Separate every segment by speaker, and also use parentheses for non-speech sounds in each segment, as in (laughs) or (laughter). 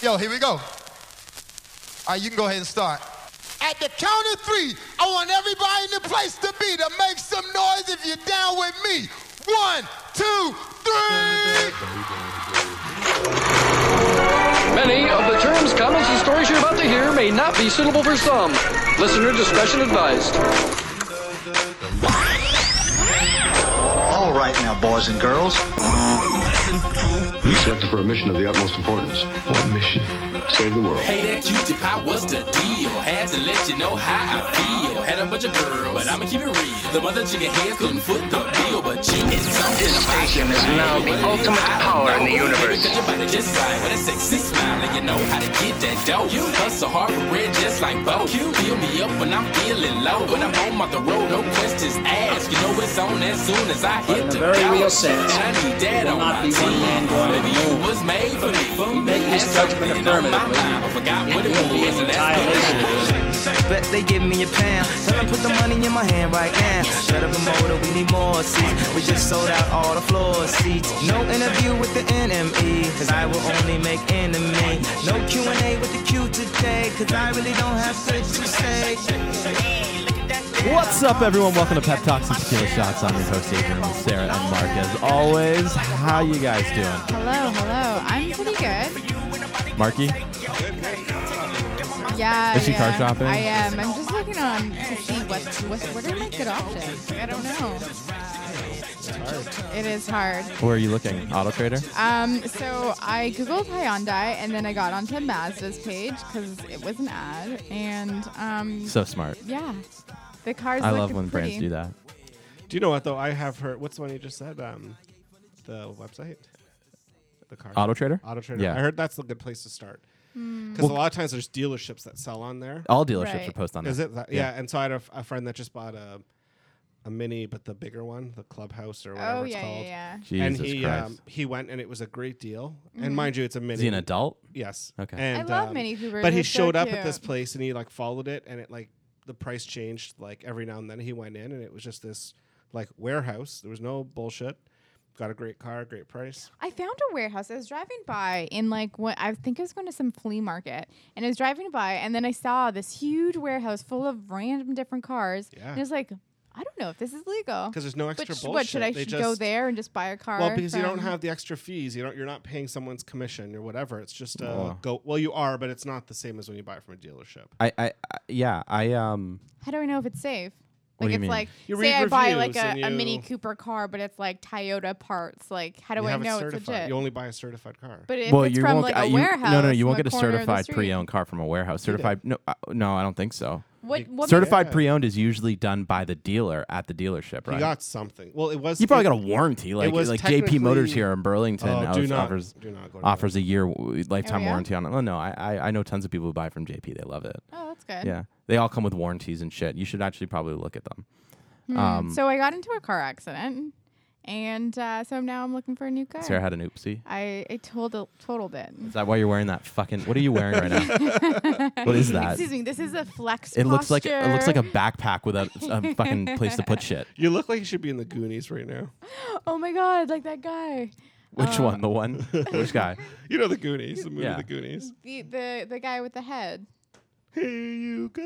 Speaker 1: Yo, here we go. All right, you can go ahead and start. At the count of three, I want everybody in the place to be to make some noise if you're down with me. One, two, three.
Speaker 2: Many of the terms, comments, and stories you're about to hear may not be suitable for some. Listener discretion advised.
Speaker 3: All right now, boys and girls.
Speaker 4: You selected for a mission of the utmost importance. What mission? Save the world.
Speaker 5: Hey, that cutie pie, what's the deal? Had to let you know how I feel. Had a bunch of girls, but I'ma keep it real. The mother chicken heads couldn't foot the bill, but you is something
Speaker 6: This station is now the ultimate power in the universe.
Speaker 5: Cause your body just right with a sexy smile, and you know how to get that dough. You hustle hard for bread just like Bo. You fill me up when I'm feeling low. When I'm home on the road, no questions asked. You know it's on as soon as I hit
Speaker 7: in a
Speaker 5: the
Speaker 7: very
Speaker 5: couch.
Speaker 7: real sense,
Speaker 5: And I need that
Speaker 7: will
Speaker 5: on
Speaker 7: not
Speaker 5: my
Speaker 7: be one
Speaker 5: team.
Speaker 7: man going
Speaker 5: Baby,
Speaker 7: alone.
Speaker 5: you was made for me. You
Speaker 7: make this
Speaker 5: had
Speaker 7: judgment
Speaker 5: something on my
Speaker 7: affirmatively,
Speaker 5: mind. I forgot what it
Speaker 7: it will be
Speaker 5: was,
Speaker 7: an
Speaker 5: and
Speaker 7: entire
Speaker 5: that's
Speaker 7: nation.
Speaker 8: Bet they give me a pound. Tell them put the money in my hand right now. Shut up and motor, we need more seats. We just sold out all the floor seats. No interview with the NME, cause I will only make enemy. No Q&A with the Q today, cause I really don't have such to say.
Speaker 9: What's up, everyone? Welcome to Pep Talks and Tequila Shots. I'm your host, Adrian, with Sarah and Mark. As always, how you guys doing?
Speaker 10: Hello, hello. I'm pretty good.
Speaker 9: Marky?
Speaker 10: Yeah.
Speaker 9: Is she car
Speaker 10: yeah.
Speaker 9: shopping?
Speaker 10: I am. I'm just looking on to see what what what are my good options. I don't know. It is hard.
Speaker 9: Where are you looking? Auto Trader?
Speaker 10: Um, so I googled Hyundai and then I got onto Mazda's page because it was an ad and um,
Speaker 9: So smart.
Speaker 10: yeah, the cars.
Speaker 9: I
Speaker 10: look
Speaker 9: love when
Speaker 10: pretty.
Speaker 9: brands do that.
Speaker 11: Do you know what though? I have heard. What's the one you just said? Um, the website, the car,
Speaker 9: Auto Trader?
Speaker 11: Auto Trader.
Speaker 9: Yeah.
Speaker 11: I heard that's a good place to start because a lot of times there's dealerships that sell on there.
Speaker 9: All dealerships
Speaker 10: Hmm. Right.
Speaker 9: are post on
Speaker 11: Is
Speaker 9: that.
Speaker 11: it? That, yeah. And so I had a, f- a friend that just bought a a mini, but the bigger one, the clubhouse or whatever
Speaker 10: Oh
Speaker 11: it's
Speaker 10: yeah,
Speaker 11: called.
Speaker 10: yeah, Mm-hmm. yeah.
Speaker 9: Jesus
Speaker 11: and he
Speaker 9: Christ.
Speaker 11: Um, he went and it was a great deal. And mind you, it's a mini.
Speaker 9: Is he an adult?
Speaker 11: Yes.
Speaker 9: Okay. I
Speaker 11: And, um,
Speaker 10: love Mini Coopers.
Speaker 11: But he
Speaker 10: They're so
Speaker 11: showed up at this
Speaker 10: cute.
Speaker 11: place and he like followed it and it like the price changed like every now and then. He went in and it was just this like warehouse. There was no bullshit. Got a great car, great price.
Speaker 10: I found a warehouse. I was driving by in like what I think I was going to some flea market, and I was driving by, and then I saw this huge warehouse full of random different cars. And
Speaker 11: Yeah.
Speaker 10: I was like, I don't know if this is legal.
Speaker 11: Because there's no
Speaker 10: But
Speaker 11: extra
Speaker 10: sh-
Speaker 11: bullshit.
Speaker 10: what should I
Speaker 11: They
Speaker 10: should go
Speaker 11: just-
Speaker 10: there and just buy a car?
Speaker 11: Well, because you don't
Speaker 10: from-
Speaker 11: have the extra fees. You don't. You're not paying someone's commission or whatever. It's just uh,
Speaker 9: Oh.
Speaker 11: go. Well, you are, but it's not the same as when you buy it from a dealership.
Speaker 9: I, I, I, yeah, I, um,
Speaker 10: How do I know if it's safe?
Speaker 9: What
Speaker 10: Like
Speaker 9: do you
Speaker 10: it's
Speaker 9: mean?
Speaker 10: like
Speaker 11: You
Speaker 10: say
Speaker 11: read
Speaker 10: I buy like
Speaker 11: reviews
Speaker 10: a,
Speaker 11: and
Speaker 10: a Mini
Speaker 11: you-
Speaker 10: Cooper car, but it's like Toyota parts. Like how do
Speaker 11: you
Speaker 10: I
Speaker 11: have it
Speaker 10: know it's
Speaker 11: certified.
Speaker 10: legit?
Speaker 11: You only buy a certified car.
Speaker 10: but if
Speaker 9: well,
Speaker 10: it's
Speaker 9: you
Speaker 10: from
Speaker 9: won't,
Speaker 10: like
Speaker 9: uh,
Speaker 10: a
Speaker 9: you,
Speaker 10: warehouse,
Speaker 9: no, no, you won't
Speaker 10: from
Speaker 9: get a
Speaker 10: corner of the
Speaker 9: certified
Speaker 10: street.
Speaker 9: pre-owned car from a warehouse. Certified, no, uh, no, I don't think so.
Speaker 10: What, what
Speaker 9: certified
Speaker 11: Yeah.
Speaker 9: pre-owned is usually done by the dealer at the dealership,
Speaker 11: you
Speaker 9: right?
Speaker 11: got something. Well, it was.
Speaker 9: You probably
Speaker 11: it-
Speaker 9: got a warranty, like
Speaker 11: was
Speaker 9: like JP Motors
Speaker 11: technically-
Speaker 9: here in Burlington
Speaker 11: Oh,
Speaker 9: offers
Speaker 11: do not-
Speaker 9: offers,
Speaker 11: do not go to
Speaker 9: offers a year w- lifetime
Speaker 10: yeah?
Speaker 9: warranty on it. Oh no, I, I I know tons of people who buy from JP. They love it.
Speaker 10: Oh, that's good.
Speaker 9: Yeah, they all come with warranties and shit. You should actually probably look at them. Um,
Speaker 10: so I got into a car accident, and uh, so now I'm looking for a new car.
Speaker 9: Sarah had an oopsie.
Speaker 10: I, I total totaled it.
Speaker 9: Is that why you're wearing that fucking? What are you wearing right now?
Speaker 10: (laughs)
Speaker 9: what is that?
Speaker 10: Excuse me. This is a flex.
Speaker 9: It looks like it looks like a
Speaker 10: posture.
Speaker 9: backpack without a fucking place to
Speaker 10: (laughs)
Speaker 9: put shit.
Speaker 11: You look like you should be in the Goonies right now.
Speaker 10: Oh my god! Like that guy.
Speaker 9: Which
Speaker 10: Oh.
Speaker 9: one? The one? Which guy?
Speaker 11: You know the Goonies, the movie
Speaker 9: Yeah.
Speaker 11: The Goonies.
Speaker 10: The the the guy with the head.
Speaker 11: Here you go.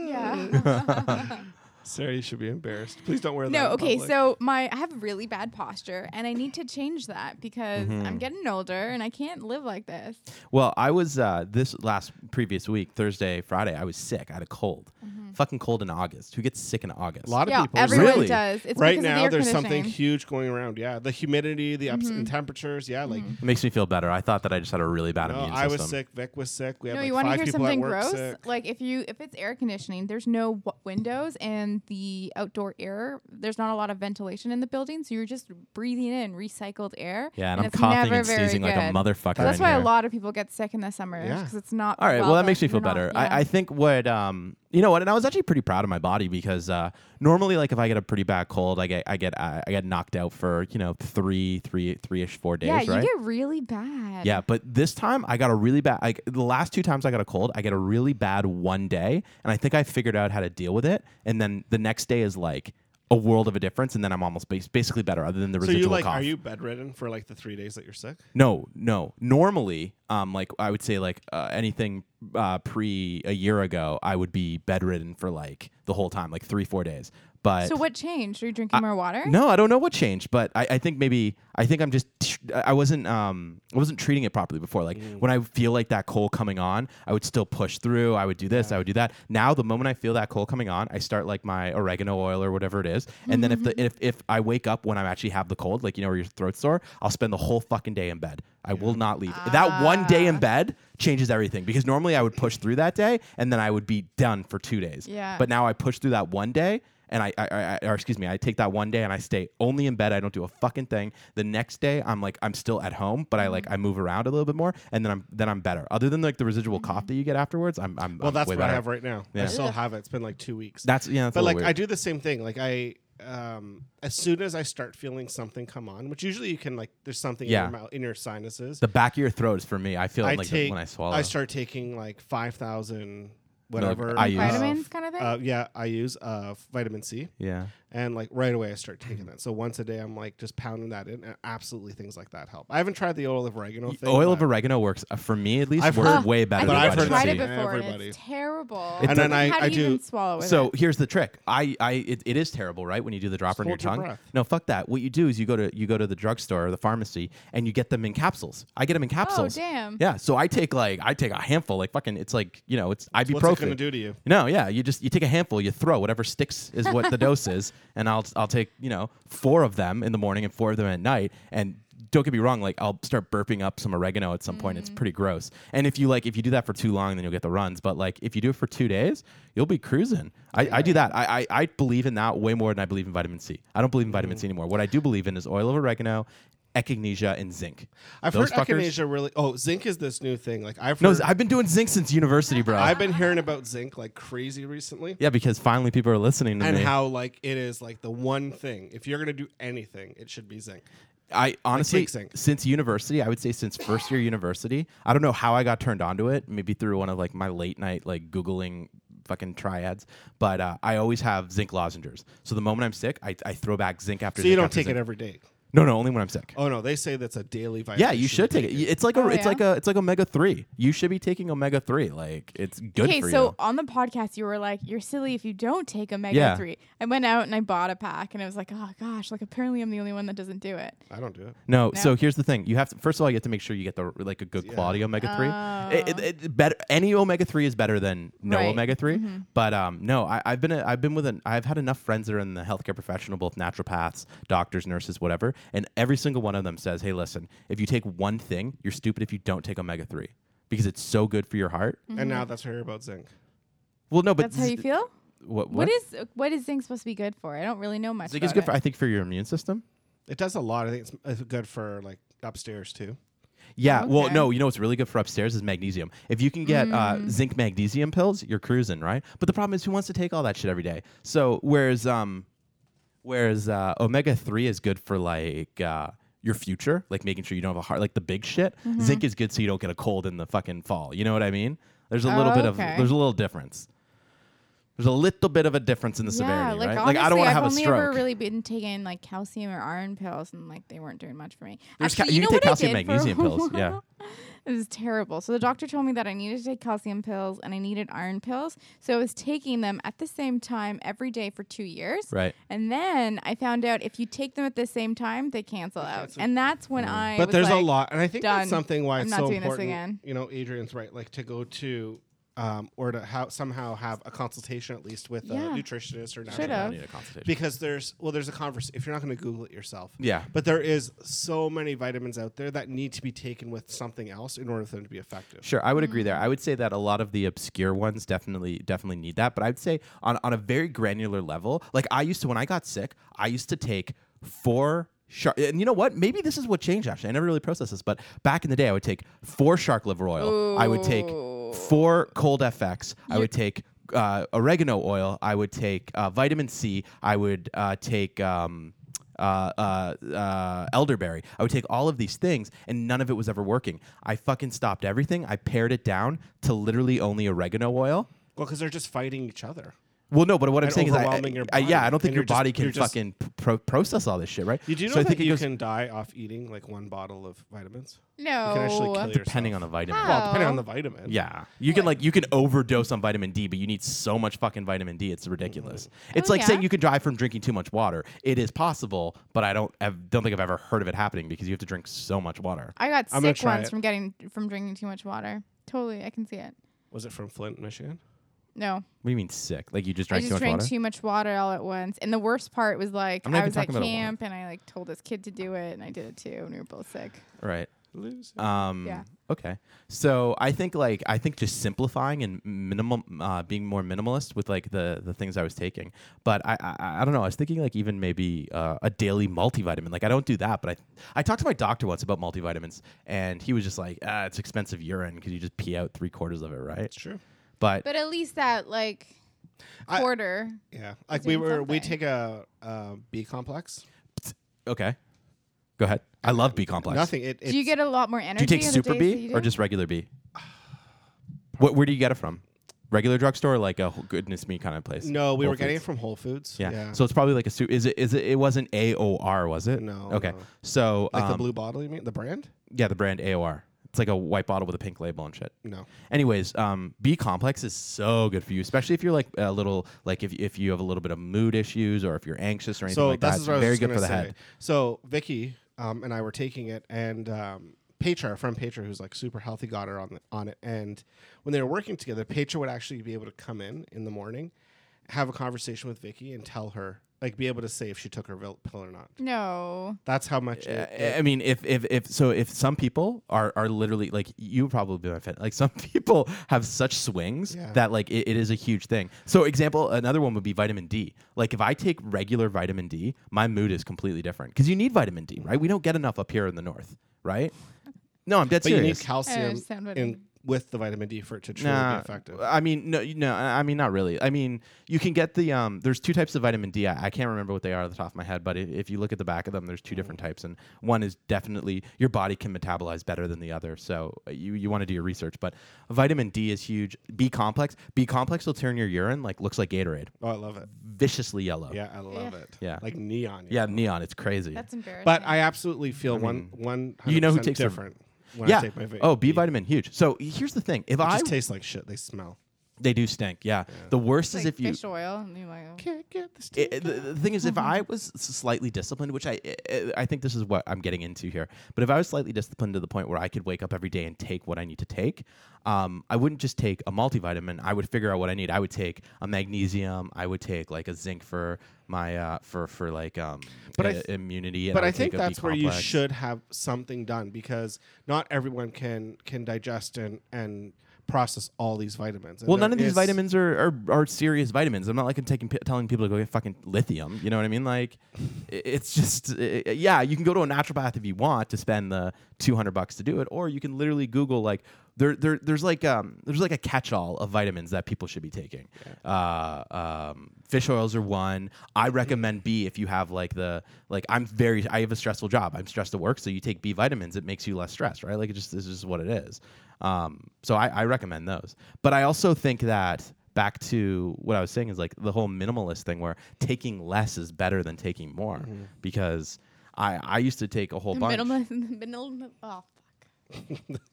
Speaker 11: (laughs)
Speaker 10: Yeah.
Speaker 11: Sarah, you should be embarrassed. Please don't wear that.
Speaker 10: no.
Speaker 11: in
Speaker 10: Okay.
Speaker 11: public.
Speaker 10: So my I have really bad posture, and I need to change that because
Speaker 9: Mm-hmm.
Speaker 10: I'm getting older, and I can't live like this.
Speaker 9: Well, I was uh, this last previous week, Thursday, Friday. I was sick. I had a cold,
Speaker 10: Mm-hmm.
Speaker 9: fucking cold in August. Who gets sick in August?
Speaker 11: a lot of
Speaker 10: yeah.
Speaker 11: people.
Speaker 10: Everyone
Speaker 9: Really?
Speaker 10: does. It's
Speaker 11: right
Speaker 10: because of the
Speaker 11: now,
Speaker 10: air
Speaker 11: there's something
Speaker 10: conditioning. Mm-hmm.
Speaker 11: huge going around. Yeah, the humidity, the ups and temperatures. Yeah, like
Speaker 9: It makes me feel better. I thought that I just had a really bad
Speaker 11: no,
Speaker 9: immune
Speaker 11: I
Speaker 9: system.
Speaker 11: was sick. Vic was sick. We had
Speaker 10: No,
Speaker 11: like
Speaker 10: you
Speaker 11: five
Speaker 10: want to hear
Speaker 11: people
Speaker 10: something
Speaker 11: at work
Speaker 10: gross?
Speaker 11: sick.
Speaker 10: Like if you if it's air conditioning, there's no w- windows and the outdoor air. There's not a lot of ventilation in the building, so you're just breathing in recycled air.
Speaker 9: Yeah, and, I'm
Speaker 10: it's
Speaker 9: coughing
Speaker 10: never
Speaker 9: and
Speaker 10: very
Speaker 9: sneezing like a
Speaker 10: good.
Speaker 9: motherfucker.
Speaker 10: So that's
Speaker 9: in
Speaker 10: why
Speaker 9: here.
Speaker 10: a lot of people get sick in the summer
Speaker 11: Yeah.
Speaker 10: because it's not.
Speaker 9: All right. Well, that makes me feel
Speaker 10: ventilated.
Speaker 9: better.
Speaker 10: Yeah.
Speaker 9: I, I think what um, you know what, and I was actually pretty proud of my body because uh, normally, like, if I get a pretty bad cold, I get I get uh, I get knocked out for you know three three three ish four days.
Speaker 10: yeah,
Speaker 9: right?
Speaker 10: you get really bad.
Speaker 9: Yeah, but this time I got a really bad. I, the last two times I got a cold, I get a really bad one day, and I think I figured out how to deal with it. And then the next day is like a world of a difference, and then I'm almost bas- basically better, other than the
Speaker 11: So
Speaker 9: residual
Speaker 11: you like
Speaker 9: cough.
Speaker 11: are you bedridden for like the three days that you're sick?
Speaker 9: No, no. Normally, um, like I would say, like uh, anything uh, pre a year ago, I would be bedridden for like the whole time, like three, four days. But
Speaker 10: so what changed? Are you drinking more water?
Speaker 9: no, I don't know what changed, but I, I think maybe I think I'm just I wasn't um I wasn't treating it properly before. Like when I feel like that cold coming on, I would still push through. I would do this, I would do that. Now the moment I feel that cold coming on, I start like my oregano oil or whatever it is. And then if
Speaker 10: Mm-hmm.
Speaker 9: the if if I wake up when I actually have the cold, like you know, or your throat's sore, I'll spend the whole fucking day in bed. I will not leave. That one day
Speaker 10: Ah.
Speaker 9: in bed changes everything because normally I would push through that day and then I would be done for two days.
Speaker 10: Yeah.
Speaker 9: But now I push through that one day and I, I, I or excuse me, I take that one day and I stay only in bed. I don't do a fucking thing. The next day, I'm like, I'm still at home, but I like, I move around a little bit more, and then I'm, then I'm better. Other than like the residual cough that you get afterwards, I'm, I'm
Speaker 11: Well,
Speaker 9: I'm
Speaker 11: that's
Speaker 9: way
Speaker 11: what I
Speaker 9: better.
Speaker 11: have right now.
Speaker 9: Yeah.
Speaker 11: I still have it. It's been like two weeks.
Speaker 9: That's- yeah, that's a
Speaker 11: but like
Speaker 9: little
Speaker 11: I
Speaker 9: weird.
Speaker 11: do the same thing. Like I, um, as soon as I start feeling something come on, which usually you can like, there's something
Speaker 9: Yeah.
Speaker 11: in your mouth, in your sinuses.
Speaker 9: The back of your throat is for me. I feel it
Speaker 11: I
Speaker 9: like
Speaker 11: take
Speaker 9: when I swallow.
Speaker 11: I start taking like five thousand whatever
Speaker 9: Like IUs.
Speaker 10: Vitamins kinda thing?
Speaker 11: Uh, yeah, I use uh, vitamin C.
Speaker 9: Yeah.
Speaker 11: and like right away I start taking that. So once a day I'm like just pounding that in, and absolutely things like that help. I haven't tried the oil of oregano thing.
Speaker 9: Oil of
Speaker 11: but-
Speaker 9: oregano works uh, for me at least.
Speaker 11: I've
Speaker 9: works
Speaker 11: heard-
Speaker 9: way
Speaker 11: I
Speaker 9: better.
Speaker 11: think
Speaker 9: than
Speaker 11: I've
Speaker 9: vitamin
Speaker 11: tried
Speaker 10: tried
Speaker 9: C.
Speaker 10: it before and
Speaker 11: Everybody.
Speaker 10: it's terrible.
Speaker 9: It
Speaker 11: And then I,
Speaker 10: How do
Speaker 11: I
Speaker 10: you
Speaker 11: do
Speaker 10: even swallow it?
Speaker 9: So here's the trick. I, I it, it is terrible, right? When you do the dropper in your
Speaker 11: hold your
Speaker 9: tongue.
Speaker 11: breath.
Speaker 9: No, fuck that. What you do is you go to you go to the drugstore or the pharmacy and you get them in capsules. I get them in capsules.
Speaker 10: damn.
Speaker 9: Yeah. So I take like I take a handful, like fucking it's like, you know, it's ibuprofen.
Speaker 11: what's it gonna do to you?
Speaker 9: No, yeah. You just you take a handful, you throw whatever sticks is what the dose
Speaker 11: (laughs)
Speaker 9: is, and I'll I'll take, you know, four of them in the morning and four of them at night and don't get me wrong, like I'll start burping up some oregano at some point.
Speaker 11: Mm-hmm.
Speaker 9: It's pretty gross. And if you like if you do that for too long, then you'll get the runs. But like if you do it for two days, you'll be cruising. I, I do that. I, I I believe in that way more than I believe in vitamin C. I don't believe in vitamin C anymore. What I do believe in is oil of oregano, echinacea, and zinc.
Speaker 11: I've
Speaker 9: Those
Speaker 11: heard
Speaker 9: fuckers-
Speaker 11: echinacea really. Oh, zinc is this new thing. Like I've
Speaker 9: No,
Speaker 11: heard,
Speaker 9: I've been doing zinc since university, bro.
Speaker 11: (laughs) I've been hearing about zinc like crazy recently.
Speaker 9: yeah, because finally people are listening to
Speaker 11: And
Speaker 9: me.
Speaker 11: how like it is like the one thing. If you're gonna do anything, it should be zinc.
Speaker 9: I honestly,
Speaker 11: take zinc.
Speaker 9: since university, I would say since first year university, I don't know how I got turned onto it. Maybe through one of like my late night like googling fucking triads, but uh, I always have zinc lozenges. So the moment I'm sick, I, I throw back zinc after.
Speaker 11: So you
Speaker 9: zinc
Speaker 11: don't
Speaker 9: after
Speaker 11: take
Speaker 9: zinc.
Speaker 11: it every day.
Speaker 9: No, no, only when I'm sick.
Speaker 11: Oh no, they say that's a daily vitamin.
Speaker 9: yeah, you should take it. It's like a,
Speaker 10: Oh,
Speaker 9: it's
Speaker 10: yeah?
Speaker 9: like a, it's like omega three. You should be taking omega three. Like it's good
Speaker 10: Okay,
Speaker 9: for
Speaker 10: so
Speaker 9: you.
Speaker 10: on the podcast, you were like, "You're silly if you don't take omega
Speaker 9: Yeah.
Speaker 10: three. I went out and I bought a pack, and I was like, "Oh gosh!" Like apparently, I'm the only one that doesn't do it.
Speaker 11: I don't do it.
Speaker 9: No, so here's the thing. You have to first of all, you have to make sure you get the like a good quality omega three. It, it, it- better any omega three is better than no
Speaker 10: Oh. Right. Mm-hmm.
Speaker 9: omega 3 But um, no, I, I've been a, I've been with an I've had enough friends that are in the healthcare professional, both naturopaths, doctors, nurses, whatever, and every single one of them says, hey, listen, if you take one thing, you're stupid if you don't take omega three because it's so good for your heart.
Speaker 11: And now that's what I hear about zinc.
Speaker 9: Well, no, but
Speaker 10: Mm. That's how you
Speaker 9: z-
Speaker 10: feel.
Speaker 9: What
Speaker 10: What
Speaker 9: what
Speaker 10: is what is zinc supposed to be good for? I don't really know much.
Speaker 9: zinc is
Speaker 10: about
Speaker 9: good
Speaker 10: it.
Speaker 9: for? I think for your immune system.
Speaker 11: It does a lot. I think it's uh, good for like upstairs too.
Speaker 9: Yeah, well,
Speaker 10: okay. Mm.
Speaker 9: no, you know what's really good for upstairs is magnesium. If you can get uh, zinc magnesium pills, you're cruising, right? But the problem is, who wants to take all that shit every day? So whereas, um, whereas uh, omega three is good for like uh, your future, like making sure you don't have a heart, like the big shit.
Speaker 10: Mm-hmm.
Speaker 9: Zinc is good so you don't get a cold in the fucking fall. You know what I mean? There's a little
Speaker 10: Oh,
Speaker 9: bit
Speaker 10: okay.
Speaker 9: of there's a little difference. There's a little bit of a difference in the
Speaker 10: yeah,
Speaker 9: severity,
Speaker 10: like
Speaker 9: right?
Speaker 10: honestly,
Speaker 9: like I don't want to
Speaker 10: I've
Speaker 9: have a
Speaker 10: only
Speaker 9: stroke.
Speaker 10: ever really been taking like calcium or iron pills, and like they weren't doing much for me.
Speaker 9: There's
Speaker 10: Actually,
Speaker 9: ca-
Speaker 10: you
Speaker 9: you
Speaker 10: know
Speaker 9: can take
Speaker 10: what
Speaker 9: calcium
Speaker 10: I did for a
Speaker 9: magnesium
Speaker 10: (laughs)
Speaker 9: pills.
Speaker 10: while?
Speaker 9: Yeah.
Speaker 10: It was terrible. So the doctor told me that I needed to take calcium pills and I needed iron pills. So I was taking them at the same time every day for two years.
Speaker 9: Right.
Speaker 10: And then I found out if you take them at the same time, they cancel out. And that's when I.
Speaker 11: but
Speaker 10: was
Speaker 11: there's a
Speaker 10: like,
Speaker 11: lot, and I think
Speaker 10: done.
Speaker 11: that's something why
Speaker 10: I'm
Speaker 11: it's
Speaker 10: not
Speaker 11: so
Speaker 10: doing this
Speaker 11: important.
Speaker 10: again.
Speaker 11: You know, Adrian's right. Like to go to, um, or to ha- somehow have a consultation at least with
Speaker 10: Yeah.
Speaker 11: a nutritionist or
Speaker 10: Should've.
Speaker 9: I
Speaker 11: naturopath.
Speaker 9: need a consultation.
Speaker 11: Because there's well, there's a converse. If you're not going to Google it yourself,
Speaker 9: Yeah.
Speaker 11: But there is so many vitamins out there that need to be taken with something else in order for them to be effective.
Speaker 9: Sure, I would agree there. I would say that a lot of the obscure ones definitely definitely need that, but I'd say on on a very granular level, like I used to when I got sick, I used to take four shark and you know what? Maybe this is what changed actually. I never really processed this, but back in the day I would take four shark liver oil. I would take four cold FX. I would take uh, oregano oil. I would take uh, vitamin C. I would uh, take um, uh, uh, uh, elderberry. I would take all of these things, and none of it was ever working. I fucking stopped everything. I pared it down to literally only oregano oil.
Speaker 11: Well, because they're just fighting each other.
Speaker 9: Well, no, but what I'm
Speaker 11: And
Speaker 9: saying is, I,
Speaker 11: overwhelming your
Speaker 9: I- I- yeah,
Speaker 11: body.
Speaker 9: I don't think
Speaker 11: And
Speaker 9: your
Speaker 11: you're just-
Speaker 9: body can
Speaker 11: you're just-
Speaker 9: fucking pro- process all this shit, right?
Speaker 11: You do know
Speaker 9: so I
Speaker 11: that
Speaker 9: think it
Speaker 11: you
Speaker 9: goes
Speaker 11: can die off eating like one bottle of vitamins.
Speaker 10: No.
Speaker 11: you can actually kill yourself.
Speaker 9: depending on the vitamin.
Speaker 10: How?
Speaker 11: Well, depending on the vitamin.
Speaker 9: Yeah, you can like you can overdose on vitamin D, but you need so much fucking vitamin D, it's ridiculous. It's
Speaker 10: Oh,
Speaker 9: like
Speaker 10: yeah.
Speaker 9: saying you can die from drinking too much water. It is possible, but I don't i don't think I've ever heard of it happening because you have to drink so much water.
Speaker 10: I got
Speaker 11: I'm gonna
Speaker 10: sick
Speaker 11: try
Speaker 10: once
Speaker 11: it.
Speaker 10: from getting from drinking too much water. Totally, I can see it.
Speaker 11: Was it from Flint, Michigan?
Speaker 10: No,
Speaker 9: What do you mean sick? Like you just
Speaker 10: I
Speaker 9: drank
Speaker 10: just
Speaker 9: too much
Speaker 10: drank
Speaker 9: water?
Speaker 10: too much water all at once. And the worst part was like
Speaker 9: I'm not
Speaker 10: I
Speaker 9: even
Speaker 10: was at
Speaker 9: talking about it.
Speaker 10: camp and I like told this kid to do it and I did it too and we were both sick.
Speaker 9: right.
Speaker 11: Lose.
Speaker 9: Um,
Speaker 10: Yeah.
Speaker 9: Okay. So I think like I think just simplifying and minimal, uh, being more minimalist with like the the things I was taking. But I I, I don't know. I was thinking like even maybe uh, a daily multivitamin. Like I don't do that, but I I talked to my doctor once about multivitamins, and he was just like, ah, it's expensive urine because you just pee out three quarters of it, right? It's
Speaker 11: true.
Speaker 9: But,
Speaker 10: But at least that like
Speaker 11: I-
Speaker 10: quarter.
Speaker 11: Yeah, like we
Speaker 10: doing
Speaker 11: were we
Speaker 10: something.
Speaker 11: take a, uh B complex.
Speaker 9: okay, go ahead. I love B complex.
Speaker 11: Nothing. It,
Speaker 10: do you
Speaker 11: it's-
Speaker 10: get a lot more energy?
Speaker 9: Do you take
Speaker 10: on the
Speaker 9: super
Speaker 10: days
Speaker 9: B
Speaker 10: that you
Speaker 9: or
Speaker 10: do?
Speaker 9: just regular B? (sighs) What where do you get it from? Regular drugstore, or like a wh- goodness me kind of place.
Speaker 11: No, we
Speaker 9: Whole
Speaker 11: were getting it
Speaker 9: Foods?
Speaker 11: from Whole Foods.
Speaker 9: Yeah. So it's probably like a soup. Is it? Is it? It wasn't AOR, was it?
Speaker 11: No,
Speaker 9: Okay.
Speaker 11: no.
Speaker 9: So
Speaker 11: like the
Speaker 9: um,
Speaker 11: blue bottle, you mean the brand?
Speaker 9: Yeah, the brand AOR. It's like a white bottle with a pink label and shit.
Speaker 11: No.
Speaker 9: Anyways, um, B complex is so good for you, especially if you're like a little like if if you have a little bit of mood issues or if you're anxious or anything
Speaker 11: so
Speaker 9: like
Speaker 11: this
Speaker 9: that.
Speaker 11: is
Speaker 9: It's
Speaker 11: what I was
Speaker 9: very
Speaker 11: just
Speaker 9: good
Speaker 11: gonna
Speaker 9: for the
Speaker 11: say.
Speaker 9: head.
Speaker 11: So Vicky um, and I were taking it, and um, Petra, our friend Petra, who's like super healthy, got her on the, on it. And when they were working together, Petra would actually be able to come in in the morning, have a conversation with Vicky, and tell her like be able to say if she took her vil- pill or not.
Speaker 10: no.
Speaker 11: That's how much. it-
Speaker 9: I- I mean, if if if so, if some people are are literally like you probably benefit. Like some (laughs) people have such swings
Speaker 11: Yeah.
Speaker 9: that like it, it is a huge thing. So, example, another one would be vitamin D. Like if I take regular vitamin D, my mood is completely different because you need vitamin D, right? We don't get enough up here in the north, right? No, I'm dead
Speaker 11: but you need
Speaker 9: serious.
Speaker 11: calcium
Speaker 10: understand what you
Speaker 11: in,
Speaker 10: mean.
Speaker 11: with the vitamin D for it to truly be
Speaker 9: Nah,
Speaker 11: effective.
Speaker 9: I mean, no, you- no, I I mean, not really. I mean, you can get the um. There's two types of vitamin D. I, I can't remember what they are at the top of my head, but if, if you look at the back of them,
Speaker 11: Mm-hmm.
Speaker 9: there's two different types, and one is definitely your body can metabolize better than the other. So uh, you you want to do your research, but vitamin D is huge. B complex. B complex will turn your urine like looks like Gatorade,
Speaker 11: oh, I love it.
Speaker 9: viciously yellow.
Speaker 11: Yeah, I love it.
Speaker 9: Yeah.
Speaker 11: like neon.
Speaker 9: Yeah, neon. It's crazy.
Speaker 10: That's embarrassing.
Speaker 11: But I absolutely feel one one.
Speaker 9: you know who takes their-
Speaker 11: different. when
Speaker 9: yeah.
Speaker 11: I take my vi-
Speaker 9: oh, B
Speaker 11: D.
Speaker 9: vitamin huge. So here's the thing. If
Speaker 11: It
Speaker 9: I
Speaker 11: just tastes like shit. They smell.
Speaker 9: they do stink. Yeah. The worst
Speaker 10: It's
Speaker 9: is
Speaker 10: like
Speaker 9: if you
Speaker 10: fish oil and you're like, oh.
Speaker 11: Can't get this.
Speaker 9: it, it- the, the thing is, if
Speaker 11: Mm-hmm.
Speaker 9: I was s- slightly disciplined, which I, I I think this is what I'm getting into here, but if I was slightly disciplined to the point where I could wake up every day and take what I need to take, um, I wouldn't just take a multivitamin. I would figure out what I need. I would take a magnesium. I would take like a zinc for my uh, for for like um,
Speaker 11: But I
Speaker 9: i-
Speaker 11: th-
Speaker 9: immunity. and
Speaker 11: but I
Speaker 9: would take
Speaker 11: think
Speaker 9: a B
Speaker 11: that's where you
Speaker 9: complex.
Speaker 11: should have something done because not everyone can can digest and and process all these vitamins. And
Speaker 9: Well,
Speaker 11: there
Speaker 9: none of these
Speaker 11: is-
Speaker 9: vitamins are, are, are serious vitamins. I'm not like I'm taking p- telling people to go get fucking lithium. You know what I mean? Like, i- it's just i i- yeah. You can go to a naturopath if you want to spend the 200 bucks to do it, or you can literally Google like there, there there's like um there's like a catch all of vitamins that people should be taking. Uh, um, fish oils are one. I recommend B if you have like the like I'm very I have a stressful job. I'm stressed at work, so you take B vitamins. It makes you less stressed, right? Like it just this is just what it is. Um, so I, I recommend those. But I also think that back to what I was saying is like the whole minimalist thing where taking less is better than taking more because I, I used to take a whole bunch.
Speaker 10: (laughs) minimalist, minimal, oh,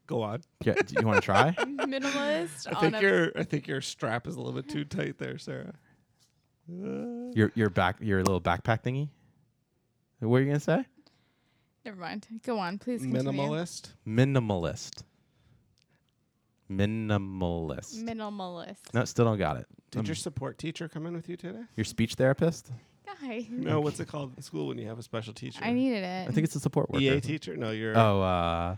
Speaker 11: Go on.
Speaker 9: Yeah, do you want to try?
Speaker 10: fuck. minimalist
Speaker 11: I
Speaker 10: on
Speaker 11: think
Speaker 10: a
Speaker 11: your I think your strap is a little bit too tight there, Sarah.
Speaker 9: your your back your little backpack thingy? What were you gonna say?
Speaker 10: Never mind. Go on, please. Continue.
Speaker 11: Minimalist.
Speaker 9: Minimalist. Minimalist.
Speaker 10: Minimalist.
Speaker 9: no, still don't got it.
Speaker 11: Did
Speaker 9: Um,
Speaker 11: your support teacher come in with you today?
Speaker 9: your speech therapist?
Speaker 10: Guy,
Speaker 11: No. What's it called in school when you have a special teacher?
Speaker 10: I needed it.
Speaker 9: I think it's a support worker.
Speaker 11: EA E teacher. No, you're.
Speaker 9: Oh, uh,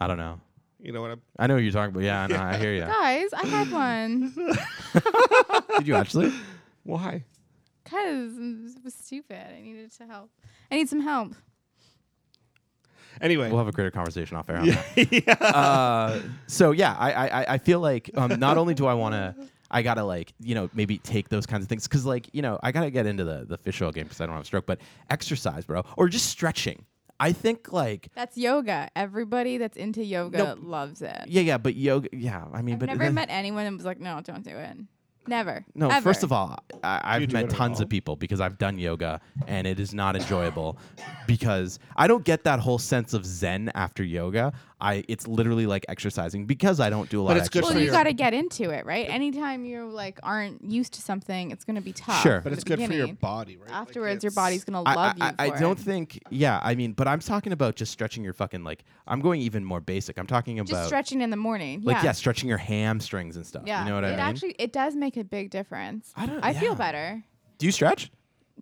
Speaker 9: I don't know.
Speaker 11: You know what? I'm,
Speaker 9: I know what you're talking about. Yeah, I know. I hear you.
Speaker 10: (laughs) Guys,
Speaker 9: (laughs)
Speaker 10: I had one.
Speaker 9: Did you actually?
Speaker 11: why?
Speaker 10: Cause it was stupid. I needed to help. I need some help.
Speaker 11: Anyway.
Speaker 9: We'll have a greater conversation off air. On that. Uh, so yeah, I I, I- I feel like um, not only do I want to, I gotta like you know maybe take those kinds of things because like you know I gotta get into the the fish oil game because I don't have a stroke, but exercise, bro, or just stretching. I think like
Speaker 10: That's yoga. Everybody that's into yoga
Speaker 9: Nope.
Speaker 10: loves it.
Speaker 9: yeah yeah, but yoga yeah I mean
Speaker 10: I've
Speaker 9: but
Speaker 10: never
Speaker 9: then-
Speaker 10: met anyone that was like, no, don't do it. Never.
Speaker 9: No,
Speaker 10: Ever.
Speaker 9: first of all, I, I've
Speaker 11: do
Speaker 9: met
Speaker 11: it at
Speaker 9: tons of
Speaker 11: all?
Speaker 9: people because I've done yoga and it is not enjoyable because I don't get that whole sense of zen after yoga. I it's literally like exercising because I don't do a lot
Speaker 11: it's
Speaker 9: of
Speaker 11: good
Speaker 10: Well,
Speaker 11: for
Speaker 9: exercise.
Speaker 10: you
Speaker 11: your-
Speaker 10: got to get into it, right? Anytime you like aren't used to something, it's going to be tough.
Speaker 9: Sure.
Speaker 10: at
Speaker 11: But
Speaker 10: the
Speaker 11: it's good for your
Speaker 10: beginning.
Speaker 11: body, right? Like,
Speaker 10: Afterwards, your
Speaker 11: it's-
Speaker 10: body's going to
Speaker 9: I-
Speaker 10: love
Speaker 9: I,
Speaker 10: you.
Speaker 9: I, I
Speaker 10: for
Speaker 9: don't
Speaker 10: it.
Speaker 9: think yeah, I mean, but I'm talking about just stretching your fucking like I'm going even more basic. I'm talking about
Speaker 10: Just stretching in the morning.
Speaker 9: like yeah.
Speaker 10: yeah.
Speaker 9: stretching your hamstrings and stuff.
Speaker 10: Yeah.
Speaker 9: You know what
Speaker 10: it
Speaker 9: I mean?
Speaker 10: actually it does make a big difference.
Speaker 9: I don't-
Speaker 10: I
Speaker 9: yeah.
Speaker 10: feel better.
Speaker 9: do you stretch?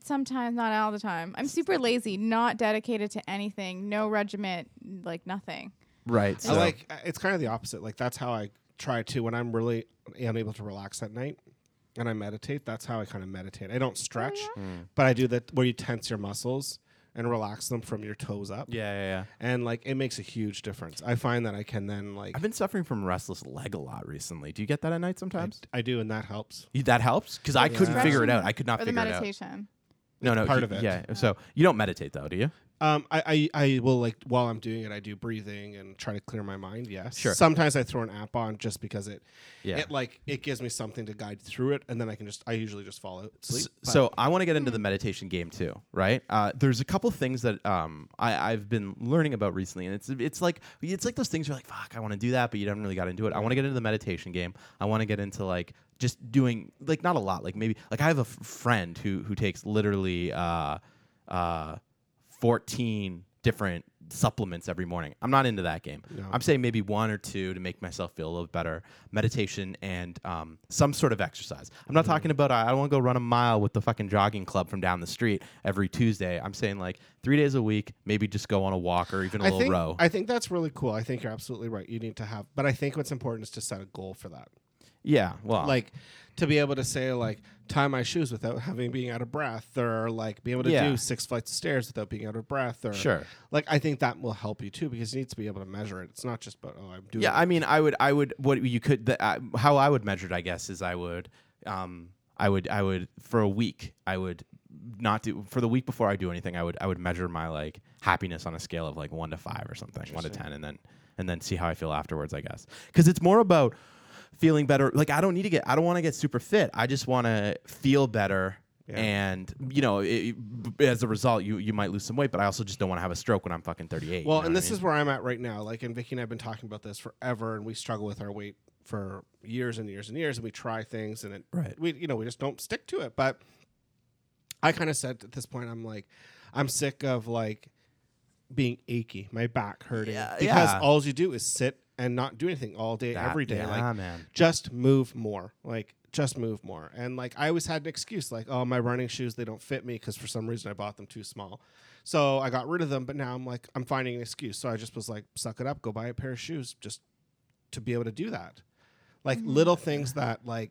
Speaker 10: Sometimes, not all the time. I'm super lazy, not dedicated to anything, no regiment, like nothing.
Speaker 9: Right.
Speaker 11: I
Speaker 9: So
Speaker 11: like uh, it's kind of the opposite. Like that's how I try to when I'm really unable to relax at night and I meditate, that's how I kind of meditate. I don't stretch,
Speaker 9: Mm.
Speaker 11: but I do that where you tense your muscles and relax them from your toes up.
Speaker 9: yeah, yeah, yeah.
Speaker 11: And like it makes a huge difference. I find that I can then like
Speaker 9: I've been suffering from restless leg a lot recently. Do you get that at night sometimes?
Speaker 11: I do and that helps.
Speaker 9: You- That helps because I couldn't figure it out. I could not
Speaker 10: Or the
Speaker 9: figure it out.
Speaker 10: meditation.
Speaker 9: No, no,
Speaker 11: part
Speaker 9: he-
Speaker 11: of it.
Speaker 9: Yeah. So you don't meditate though, do you?
Speaker 11: Um I, I I will like while I'm doing it I do breathing and try to clear my mind, yes.
Speaker 9: Sure.
Speaker 11: Sometimes I throw an app on just because it
Speaker 9: Yeah.
Speaker 11: it like it gives me something to guide through it and then I can just I usually just fall out
Speaker 9: S-
Speaker 11: sleep. but-
Speaker 9: So I want to get into the meditation game too, right? Uh, there's a couple things that um, I, I've been learning about recently, and it's it's like it's like those things you're like, fuck, I want to do that, but you haven't really got into it. I want to get into the meditation game. I want to get into like just doing like not a lot, like maybe like I have a f- friend who who takes literally uh, uh, 14 different supplements every morning. I'm not into that game. I'm saying maybe one or two to make myself feel a little better. Meditation and um, some sort of exercise. I'm not
Speaker 11: Mm-hmm.
Speaker 9: talking about uh, I I don't want to go run a mile with the fucking jogging club from down the street every Tuesday. I'm saying like three days a week, maybe just go on a walk or even a
Speaker 11: I
Speaker 9: little
Speaker 11: think,
Speaker 9: row.
Speaker 11: I think that's really cool. I think you're absolutely right. You need to have, but I think what's important is to set a goal for that.
Speaker 9: yeah, well,
Speaker 11: Like to be able to say like tie my shoes without having being out of breath, or like be able to
Speaker 9: Yeah.
Speaker 11: do six flights of stairs without being out of breath, or
Speaker 9: Sure.
Speaker 11: Like I think that will help you too because you need to be able to measure it. It's not just about oh I'm doing.
Speaker 9: Yeah, I mean, I would, I would, what you could, the, uh, how I would measure it, I guess, is I would, um, I would, I would for a week, I would not do for the week before I do anything, I would, I would measure my like happiness on a scale of like one to five or something, one to ten, and then, and then see how I feel afterwards, I guess, because it's more about feeling better. Like I don't need to get, I don't want to get super fit. I just want to feel better. And you know, it, as a result, you you might lose some weight, but I also just don't want to have a stroke when I'm fucking 38.
Speaker 11: Well,
Speaker 9: you know
Speaker 11: and
Speaker 9: what I
Speaker 11: this
Speaker 9: mean?
Speaker 11: is where I'm at right now. Like, and Vicky and I've been talking about this forever, and we struggle with our weight for years and years and years, and we try things, and it,
Speaker 9: Right.
Speaker 11: we, you know, we just don't stick to it. But I kind of said at this point, I'm like, I'm sick of like being achy, my back hurting, because
Speaker 9: yeah.
Speaker 11: all you do is sit and not do anything all day,
Speaker 9: That-
Speaker 11: every day.
Speaker 9: yeah,
Speaker 11: like,
Speaker 9: man.
Speaker 11: just move more. Like, just move more. And like, I always had an excuse, like, oh, my running shoes they don't fit me because for some reason I bought them too small. So I got rid of them, but now I'm like, I'm finding an excuse. So I just was like, suck it up, go buy a pair of shoes just to be able to do that. Like
Speaker 9: Mm.
Speaker 11: little things that like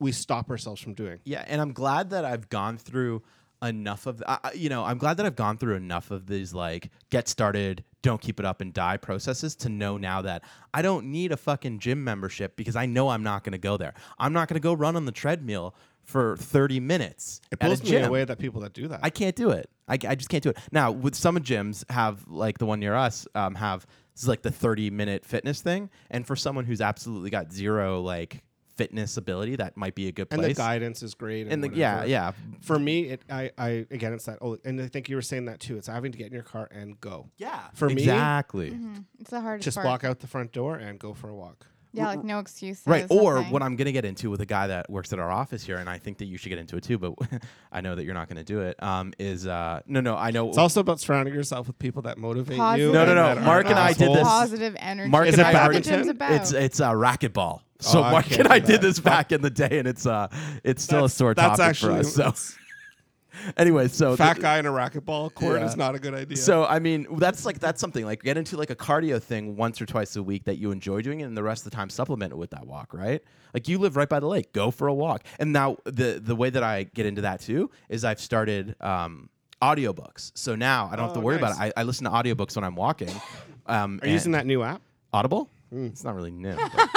Speaker 11: we stop ourselves from doing.
Speaker 9: Yeah, and I'm glad that I've gone through enough of I, I- you know, I'm glad that I've gone through enough of these like get started, don't keep it up and die processes to know now that I don't need a fucking gym membership because I know I'm not going to go there. I'm not going to go run on the treadmill for 30 minutes
Speaker 11: It
Speaker 9: at a
Speaker 11: blows me
Speaker 9: gym.
Speaker 11: away that people that do that.
Speaker 9: I can't do it. I, I just can't do it. Now, with some gyms have like the one near us um, have this is like the 30 minute fitness thing, and for someone who's absolutely got zero like fitness ability, that might be a good
Speaker 11: and
Speaker 9: place.
Speaker 11: the guidance is great.
Speaker 9: And
Speaker 11: And,
Speaker 9: the- yeah,
Speaker 11: whatever.
Speaker 9: yeah.
Speaker 11: For me, it I, I again, it's that. Oh, and I think you were saying that too. It's having to get in your car and go.
Speaker 9: yeah.
Speaker 11: For me,
Speaker 9: exactly.
Speaker 10: It's the hardest
Speaker 11: just
Speaker 10: part.
Speaker 11: walk out the front door and go for a walk.
Speaker 10: Yeah, like no excuses.
Speaker 9: Right. Or
Speaker 10: nothing.
Speaker 9: what I'm going to get into with a guy that works at our office here, and I think that you should get into it too, but (laughs) I know that you're not going to do it. Um, is uh, no, no, I know.
Speaker 11: It's also about surrounding yourself with people that motivate you.
Speaker 10: Positive
Speaker 9: no, no, no.
Speaker 11: that aren't
Speaker 9: Mark and I did this.
Speaker 11: assholes.
Speaker 10: Positive energy.
Speaker 9: Mark
Speaker 11: Is
Speaker 9: and
Speaker 11: it
Speaker 9: I already-
Speaker 11: badminton?
Speaker 9: It's it's uh, racquetball. So
Speaker 11: Oh, I
Speaker 9: Mark
Speaker 11: can't
Speaker 9: and
Speaker 11: do
Speaker 9: I did
Speaker 11: that.
Speaker 9: this back in the day, and it's uh, it's still
Speaker 11: That's-
Speaker 9: a sore
Speaker 11: that's
Speaker 9: topic
Speaker 11: actually-
Speaker 9: for
Speaker 11: (laughs)
Speaker 9: us. So, anyway, so
Speaker 11: Fat
Speaker 9: the-
Speaker 11: guy in a racquetball court
Speaker 9: Yeah.
Speaker 11: is not a good idea.
Speaker 9: So I mean, that's like that's something like get into like a cardio thing once or twice a week that you enjoy doing, and the rest of the time supplement it with that walk, right? Like you live right by the lake, go for a walk. And now the the way that I get into that too is I've started um, audiobooks, so now I don't have to
Speaker 11: Oh,
Speaker 9: worry about
Speaker 11: nice.
Speaker 9: it. I, I listen to audiobooks when I'm walking. Um,
Speaker 11: are you using that Hmm. new app?
Speaker 9: Audible? It's not really
Speaker 11: (laughs)
Speaker 9: new. but-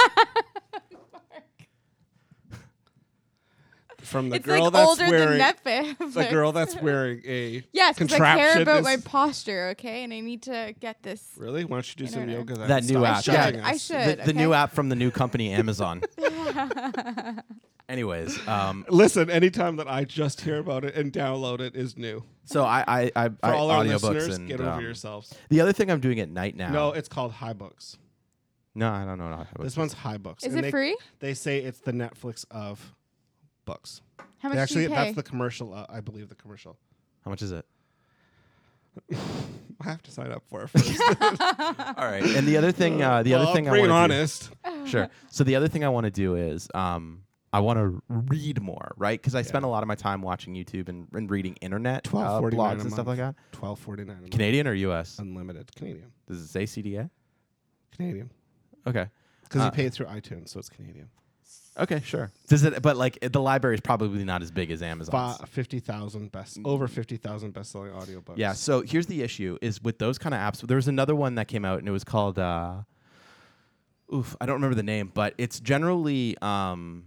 Speaker 11: From the
Speaker 10: It's
Speaker 11: girl
Speaker 10: like
Speaker 11: that's
Speaker 10: older
Speaker 11: wearing
Speaker 10: than Netflix. (laughs)
Speaker 11: the girl that's wearing a
Speaker 10: Yes, because I care
Speaker 11: contraption
Speaker 10: about
Speaker 11: is-
Speaker 10: my posture, okay, and I need to get this.
Speaker 11: (laughs) Really? Why don't you do some
Speaker 10: order.
Speaker 11: yoga? then?
Speaker 9: That new
Speaker 11: Stop
Speaker 9: app,
Speaker 11: judging
Speaker 9: yeah.
Speaker 10: I
Speaker 11: us.
Speaker 10: should.
Speaker 9: the, the new
Speaker 10: okay?
Speaker 9: app from the new company Amazon. Anyways, um,
Speaker 11: Listen, anytime that I just hear about it and download it is new.
Speaker 9: so I I I,
Speaker 11: For
Speaker 9: I
Speaker 11: all our
Speaker 9: audiobooks
Speaker 11: listeners,
Speaker 9: and
Speaker 11: get over
Speaker 9: um,
Speaker 11: yourselves.
Speaker 9: The other thing I'm doing at night now.
Speaker 11: No, it's called High Books.
Speaker 9: no, I don't know. What audiobooks
Speaker 11: This one's High Books.
Speaker 10: Is
Speaker 11: and
Speaker 10: it
Speaker 11: they,
Speaker 10: free?
Speaker 11: They say it's the Netflix of books.
Speaker 10: How
Speaker 11: They
Speaker 10: much
Speaker 11: actually,
Speaker 10: do you pay?
Speaker 11: that's the commercial. Uh, I believe the commercial.
Speaker 9: How much is it?
Speaker 11: (laughs) I have to sign up for it (laughs) first.
Speaker 9: All right. And the other thing, uh, the other
Speaker 11: Well,
Speaker 9: thing I Uh,
Speaker 11: being
Speaker 9: want to (laughs)
Speaker 11: honest,
Speaker 9: sure. So the other thing I want to do is um, I want to read more, right? Because I spend a lot of my time watching YouTube and, and reading internet uh,
Speaker 11: twelve forty nine
Speaker 9: blogs and stuff like that.
Speaker 11: Twelve forty nine.
Speaker 9: Canadian or U.S.
Speaker 11: Unlimited Canadian.
Speaker 9: Does it say CDA?
Speaker 11: Canadian.
Speaker 9: Okay.
Speaker 11: Because
Speaker 9: Uh,
Speaker 11: you pay it through iTunes, so it's Canadian.
Speaker 9: Okay, sure. Does it? But like the library is probably not as big as Amazon's.
Speaker 11: Fi- fifty thousand best, over fifty thousand best-selling audiobooks.
Speaker 9: Yeah. So here's the issue: is with those kind of apps. There was another one that came out, and it was called. Uh, oof, I don't remember the name, but it's generally um,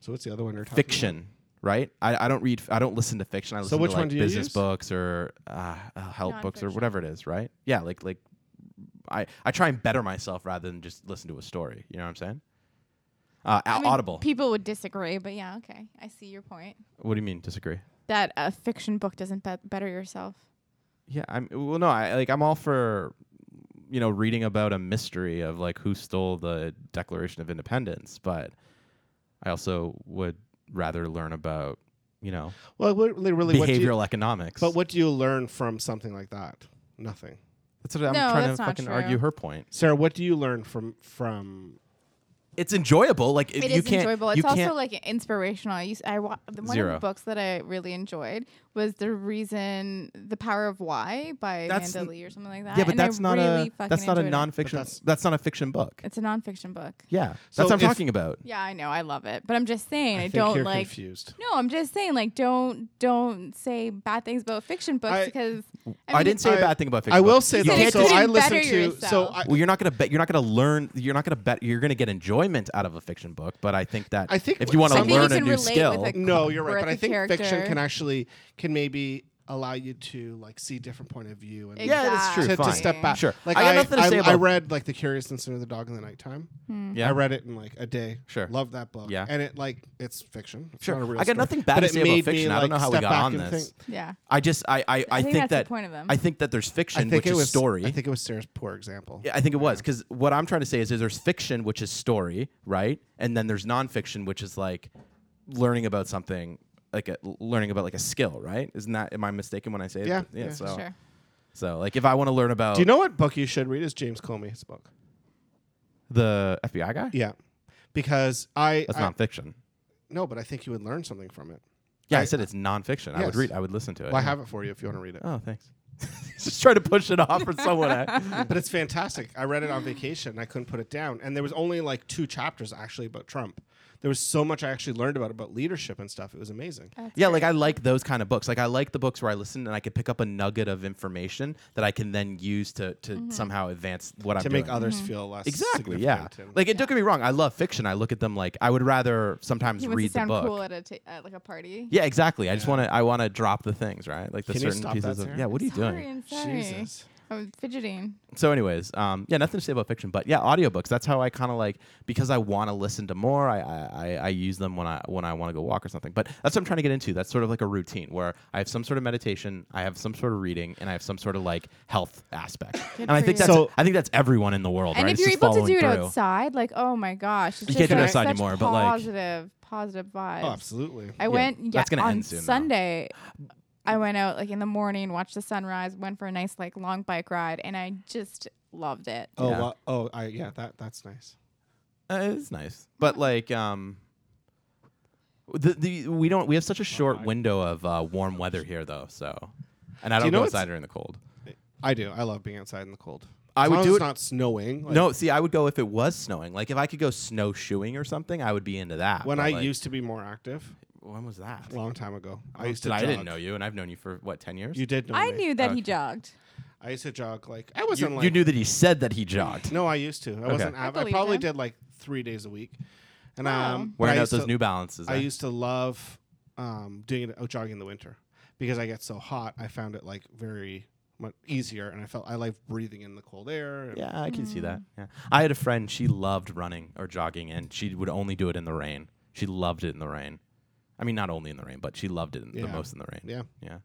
Speaker 11: So what's the other one you're talking
Speaker 9: fiction. Right, I, I don't read, I don't listen to fiction. I listen
Speaker 11: which
Speaker 9: to
Speaker 11: one
Speaker 9: like
Speaker 11: do you
Speaker 9: business
Speaker 11: use?
Speaker 9: books or uh, uh, help books or whatever it is. Right? Yeah, like like I I try and better myself rather than just listen to a story. You know what I'm saying? Uh,
Speaker 10: I mean,
Speaker 9: Audible.
Speaker 10: People would disagree, but yeah, okay. I see your point.
Speaker 9: what do you mean? Disagree?
Speaker 10: That a fiction book doesn't bet better yourself.
Speaker 9: Yeah, I'm well no, I like I'm all for you know reading about a mystery of like who stole the Declaration of Independence, but I also would rather learn about, you know,
Speaker 11: about? Well, what, really, really, what do you,
Speaker 9: behavioral economics.
Speaker 11: but what do you learn from something like that? Nothing.
Speaker 9: that's what I'm
Speaker 10: No,
Speaker 9: trying to
Speaker 10: that's not
Speaker 9: fucking
Speaker 10: true.
Speaker 9: argue her point.
Speaker 11: Sarah, what do you learn from from?
Speaker 9: It's enjoyable. Like
Speaker 10: It
Speaker 9: you
Speaker 10: is
Speaker 9: can't
Speaker 10: enjoyable.
Speaker 9: you
Speaker 10: It's also
Speaker 9: can't-
Speaker 10: like inspirational. I used I wa- the- one
Speaker 9: Zero.
Speaker 10: of the books that I really enjoyed was the reason the power of why by
Speaker 9: That's n-
Speaker 10: Amanda Lee or something like that.
Speaker 9: Yeah, but
Speaker 10: and I
Speaker 9: that's not
Speaker 10: really
Speaker 9: a
Speaker 10: fucking
Speaker 9: that's not a
Speaker 10: enjoyed it.
Speaker 9: nonfiction
Speaker 11: that's-
Speaker 9: that's, not a fiction book.
Speaker 10: It's a nonfiction book.
Speaker 9: Yeah.
Speaker 11: So
Speaker 9: that's what I'm
Speaker 11: if-
Speaker 9: talking about.
Speaker 10: Yeah, I know. I love it, but I'm just saying I,
Speaker 11: think
Speaker 10: don't
Speaker 11: you're
Speaker 10: like.
Speaker 11: confused.
Speaker 10: No, I'm just saying like don't don't say bad things about fiction books
Speaker 11: I-
Speaker 10: because
Speaker 9: I,
Speaker 10: mean,
Speaker 9: didn't say a
Speaker 11: I-
Speaker 9: bad thing about fiction.
Speaker 11: I will
Speaker 9: books.
Speaker 11: say
Speaker 9: You
Speaker 11: though,
Speaker 9: can't
Speaker 10: said
Speaker 11: so
Speaker 10: you
Speaker 9: just-
Speaker 11: I
Speaker 10: didn't better
Speaker 11: listened to. So
Speaker 10: yourself.
Speaker 11: I,
Speaker 9: well, you're not gonna bet. You're not gonna learn. You're not gonna bet. You're gonna get enjoyment out of a fiction book. But I think that
Speaker 11: I think
Speaker 9: if you want
Speaker 11: I
Speaker 9: to
Speaker 11: think you
Speaker 9: learn a
Speaker 10: can
Speaker 9: new
Speaker 10: relate with
Speaker 9: skill,
Speaker 10: a-
Speaker 11: no, you're right.
Speaker 10: Worth
Speaker 11: But I
Speaker 10: the
Speaker 11: think fiction
Speaker 10: character.
Speaker 11: can actually can maybe allow you to like see different point of view and
Speaker 9: Yeah, that's true.
Speaker 11: to, to
Speaker 9: Fine.
Speaker 11: step back.
Speaker 9: Sure.
Speaker 11: Like
Speaker 9: I got
Speaker 11: I,
Speaker 9: nothing to
Speaker 11: I-
Speaker 9: say
Speaker 11: I
Speaker 9: about-
Speaker 11: read like The Curious Incident of the Dog in the Nighttime.
Speaker 10: Hmm.
Speaker 9: yeah,
Speaker 11: I read it in like a day.
Speaker 9: Sure.
Speaker 11: Love that book.
Speaker 9: Yeah.
Speaker 11: And it like it's fiction. It's
Speaker 9: Sure.
Speaker 11: not a real
Speaker 9: I got
Speaker 11: story.
Speaker 9: nothing bad
Speaker 11: But
Speaker 9: to
Speaker 11: it
Speaker 9: say
Speaker 11: made
Speaker 9: about
Speaker 11: me,
Speaker 9: fiction. I
Speaker 11: like,
Speaker 9: don't know how we
Speaker 11: step
Speaker 9: got
Speaker 11: back
Speaker 9: on
Speaker 11: and
Speaker 9: this.
Speaker 11: think.
Speaker 10: yeah.
Speaker 9: I just I I, I,
Speaker 10: I think that's the
Speaker 9: that
Speaker 10: point of them.
Speaker 9: I think that there's
Speaker 11: I
Speaker 9: fiction,
Speaker 11: think
Speaker 9: which
Speaker 11: it
Speaker 9: is
Speaker 11: was
Speaker 9: story.
Speaker 11: I think it was Sarah's poor example.
Speaker 9: Yeah, I think it was because what I'm trying to say is, is there's fiction, which is story, right, and then there's nonfiction, which is like learning about something, like a, learning about like a skill, right? Isn't that am I mistaken when I say
Speaker 11: Yeah,
Speaker 9: that? Yeah,
Speaker 11: yeah.
Speaker 9: so
Speaker 10: Sure.
Speaker 9: so like if I want to learn about
Speaker 11: Do you know what book you should read? Is James Comey's book.
Speaker 9: the FBI guy?
Speaker 11: Yeah. Because I,
Speaker 9: That's
Speaker 11: I-
Speaker 9: nonfiction.
Speaker 11: no, but I think you would learn something from it.
Speaker 9: Yeah, I, said it's nonfiction. I would
Speaker 11: Yes.
Speaker 9: read. I would listen to it.
Speaker 11: Well, I
Speaker 9: yeah.
Speaker 11: have it for you if you want to read it.
Speaker 9: Oh, thanks. (laughs) Just try to push it off for
Speaker 10: (laughs)
Speaker 9: someone. I-
Speaker 11: But it's fantastic. I read it on vacation. and I couldn't put it down. And there was only like two chapters actually about Trump. There was so much I actually learned about about leadership and stuff. It was amazing.
Speaker 9: yeah, like I like those kind of books. Like I like the books where I listen and I can pick up a nugget of information that I can then use to to
Speaker 10: Mm-hmm.
Speaker 9: somehow advance what I'm
Speaker 11: to make
Speaker 9: doing.
Speaker 11: others feel less
Speaker 9: exactly. Yeah.
Speaker 11: significant and-
Speaker 9: Like it don't get me wrong. I love fiction. I look at them like I would rather sometimes
Speaker 10: He wants
Speaker 9: read
Speaker 10: to sound
Speaker 9: the book.
Speaker 10: cool at a ta- at like a party.
Speaker 9: Yeah, exactly. I just want to. I want to drop the things right, like the
Speaker 11: Can you
Speaker 9: certain
Speaker 11: stop that,
Speaker 9: pieces of.
Speaker 11: Sarah?
Speaker 9: Yeah, what are you
Speaker 10: Sorry,
Speaker 9: doing?
Speaker 10: I'm sorry.
Speaker 11: Jesus.
Speaker 10: I was fidgeting.
Speaker 9: so anyways um yeah nothing to say about fiction but yeah audiobooks that's how i kind of like because i want to listen to more I, I I- i use them when i when i want to go walk or something but that's what i'm trying to get into that's sort of like a routine where i have some sort of meditation i have some sort of reading and i have some sort of like health aspect and i
Speaker 10: for
Speaker 9: think
Speaker 10: you.
Speaker 9: that's
Speaker 11: So-
Speaker 9: i think that's everyone in the world
Speaker 10: And
Speaker 9: right
Speaker 10: if
Speaker 9: It's
Speaker 10: you're
Speaker 9: just
Speaker 10: able to
Speaker 9: following
Speaker 10: do it
Speaker 9: through.
Speaker 10: outside, like oh my gosh, it's
Speaker 9: You
Speaker 10: just
Speaker 9: can't do it
Speaker 10: like
Speaker 9: outside
Speaker 10: such
Speaker 9: anymore, but, like-
Speaker 10: positive, positive vibes.
Speaker 11: Oh, absolutely.
Speaker 10: I went yeah,
Speaker 9: that's gonna
Speaker 10: on
Speaker 9: end soon, though.
Speaker 10: Sunday. I went out like in the morning, watched the sunrise, went for a nice like long bike ride, and I just loved it.
Speaker 11: Oh,
Speaker 9: Yeah.
Speaker 11: well, oh, I yeah, that that's nice.
Speaker 9: Uh, it's nice, but like um, the the we don't we have
Speaker 10: Oh
Speaker 9: such a short window of uh, warm weather here though, so and I don't
Speaker 11: you know
Speaker 9: go
Speaker 11: what's-
Speaker 9: outside during the cold.
Speaker 11: I do. I love being outside in the cold.
Speaker 9: I
Speaker 11: As
Speaker 9: would
Speaker 11: long
Speaker 9: do
Speaker 11: as
Speaker 9: it-
Speaker 11: It's not snowing. like,
Speaker 9: no, see, I would go if it was snowing. Like if I could go snowshoeing or something, I would be into that.
Speaker 11: When
Speaker 9: but,
Speaker 11: I
Speaker 9: like,
Speaker 11: used to be more active,
Speaker 9: when was that?
Speaker 11: a long time ago, I
Speaker 9: Oh,
Speaker 11: used to.
Speaker 9: did- I didn't
Speaker 11: jog.
Speaker 9: know you, and I've known you for what ten years.
Speaker 11: You did know.
Speaker 10: I
Speaker 11: me.
Speaker 10: knew that he jogged.
Speaker 11: I used to jog like I wasn't
Speaker 9: you,
Speaker 11: like
Speaker 9: you knew that he said that he jogged.
Speaker 11: No, I used to. I wasn't.
Speaker 10: I
Speaker 11: av- I,
Speaker 10: believe
Speaker 11: probably
Speaker 10: him.
Speaker 11: did like three days a week, and
Speaker 10: Wow.
Speaker 11: um, but
Speaker 9: (laughs)
Speaker 11: I
Speaker 9: Wearing out
Speaker 11: used
Speaker 9: those
Speaker 11: to-
Speaker 9: New Balances.
Speaker 11: I
Speaker 9: eh?
Speaker 11: used to love um, doing it out jogging in the winter because I get so hot. I found it like very much easier, and I felt I like breathing in the cold air. and- Hmm.
Speaker 9: yeah, I can see that. Yeah. I had a friend. She loved running or jogging, and she would only do it in the rain. She loved it in the rain. I mean, not only in the rain, but she loved it in, the
Speaker 11: Yeah.
Speaker 9: most in the rain.
Speaker 11: Yeah.
Speaker 9: Yeah.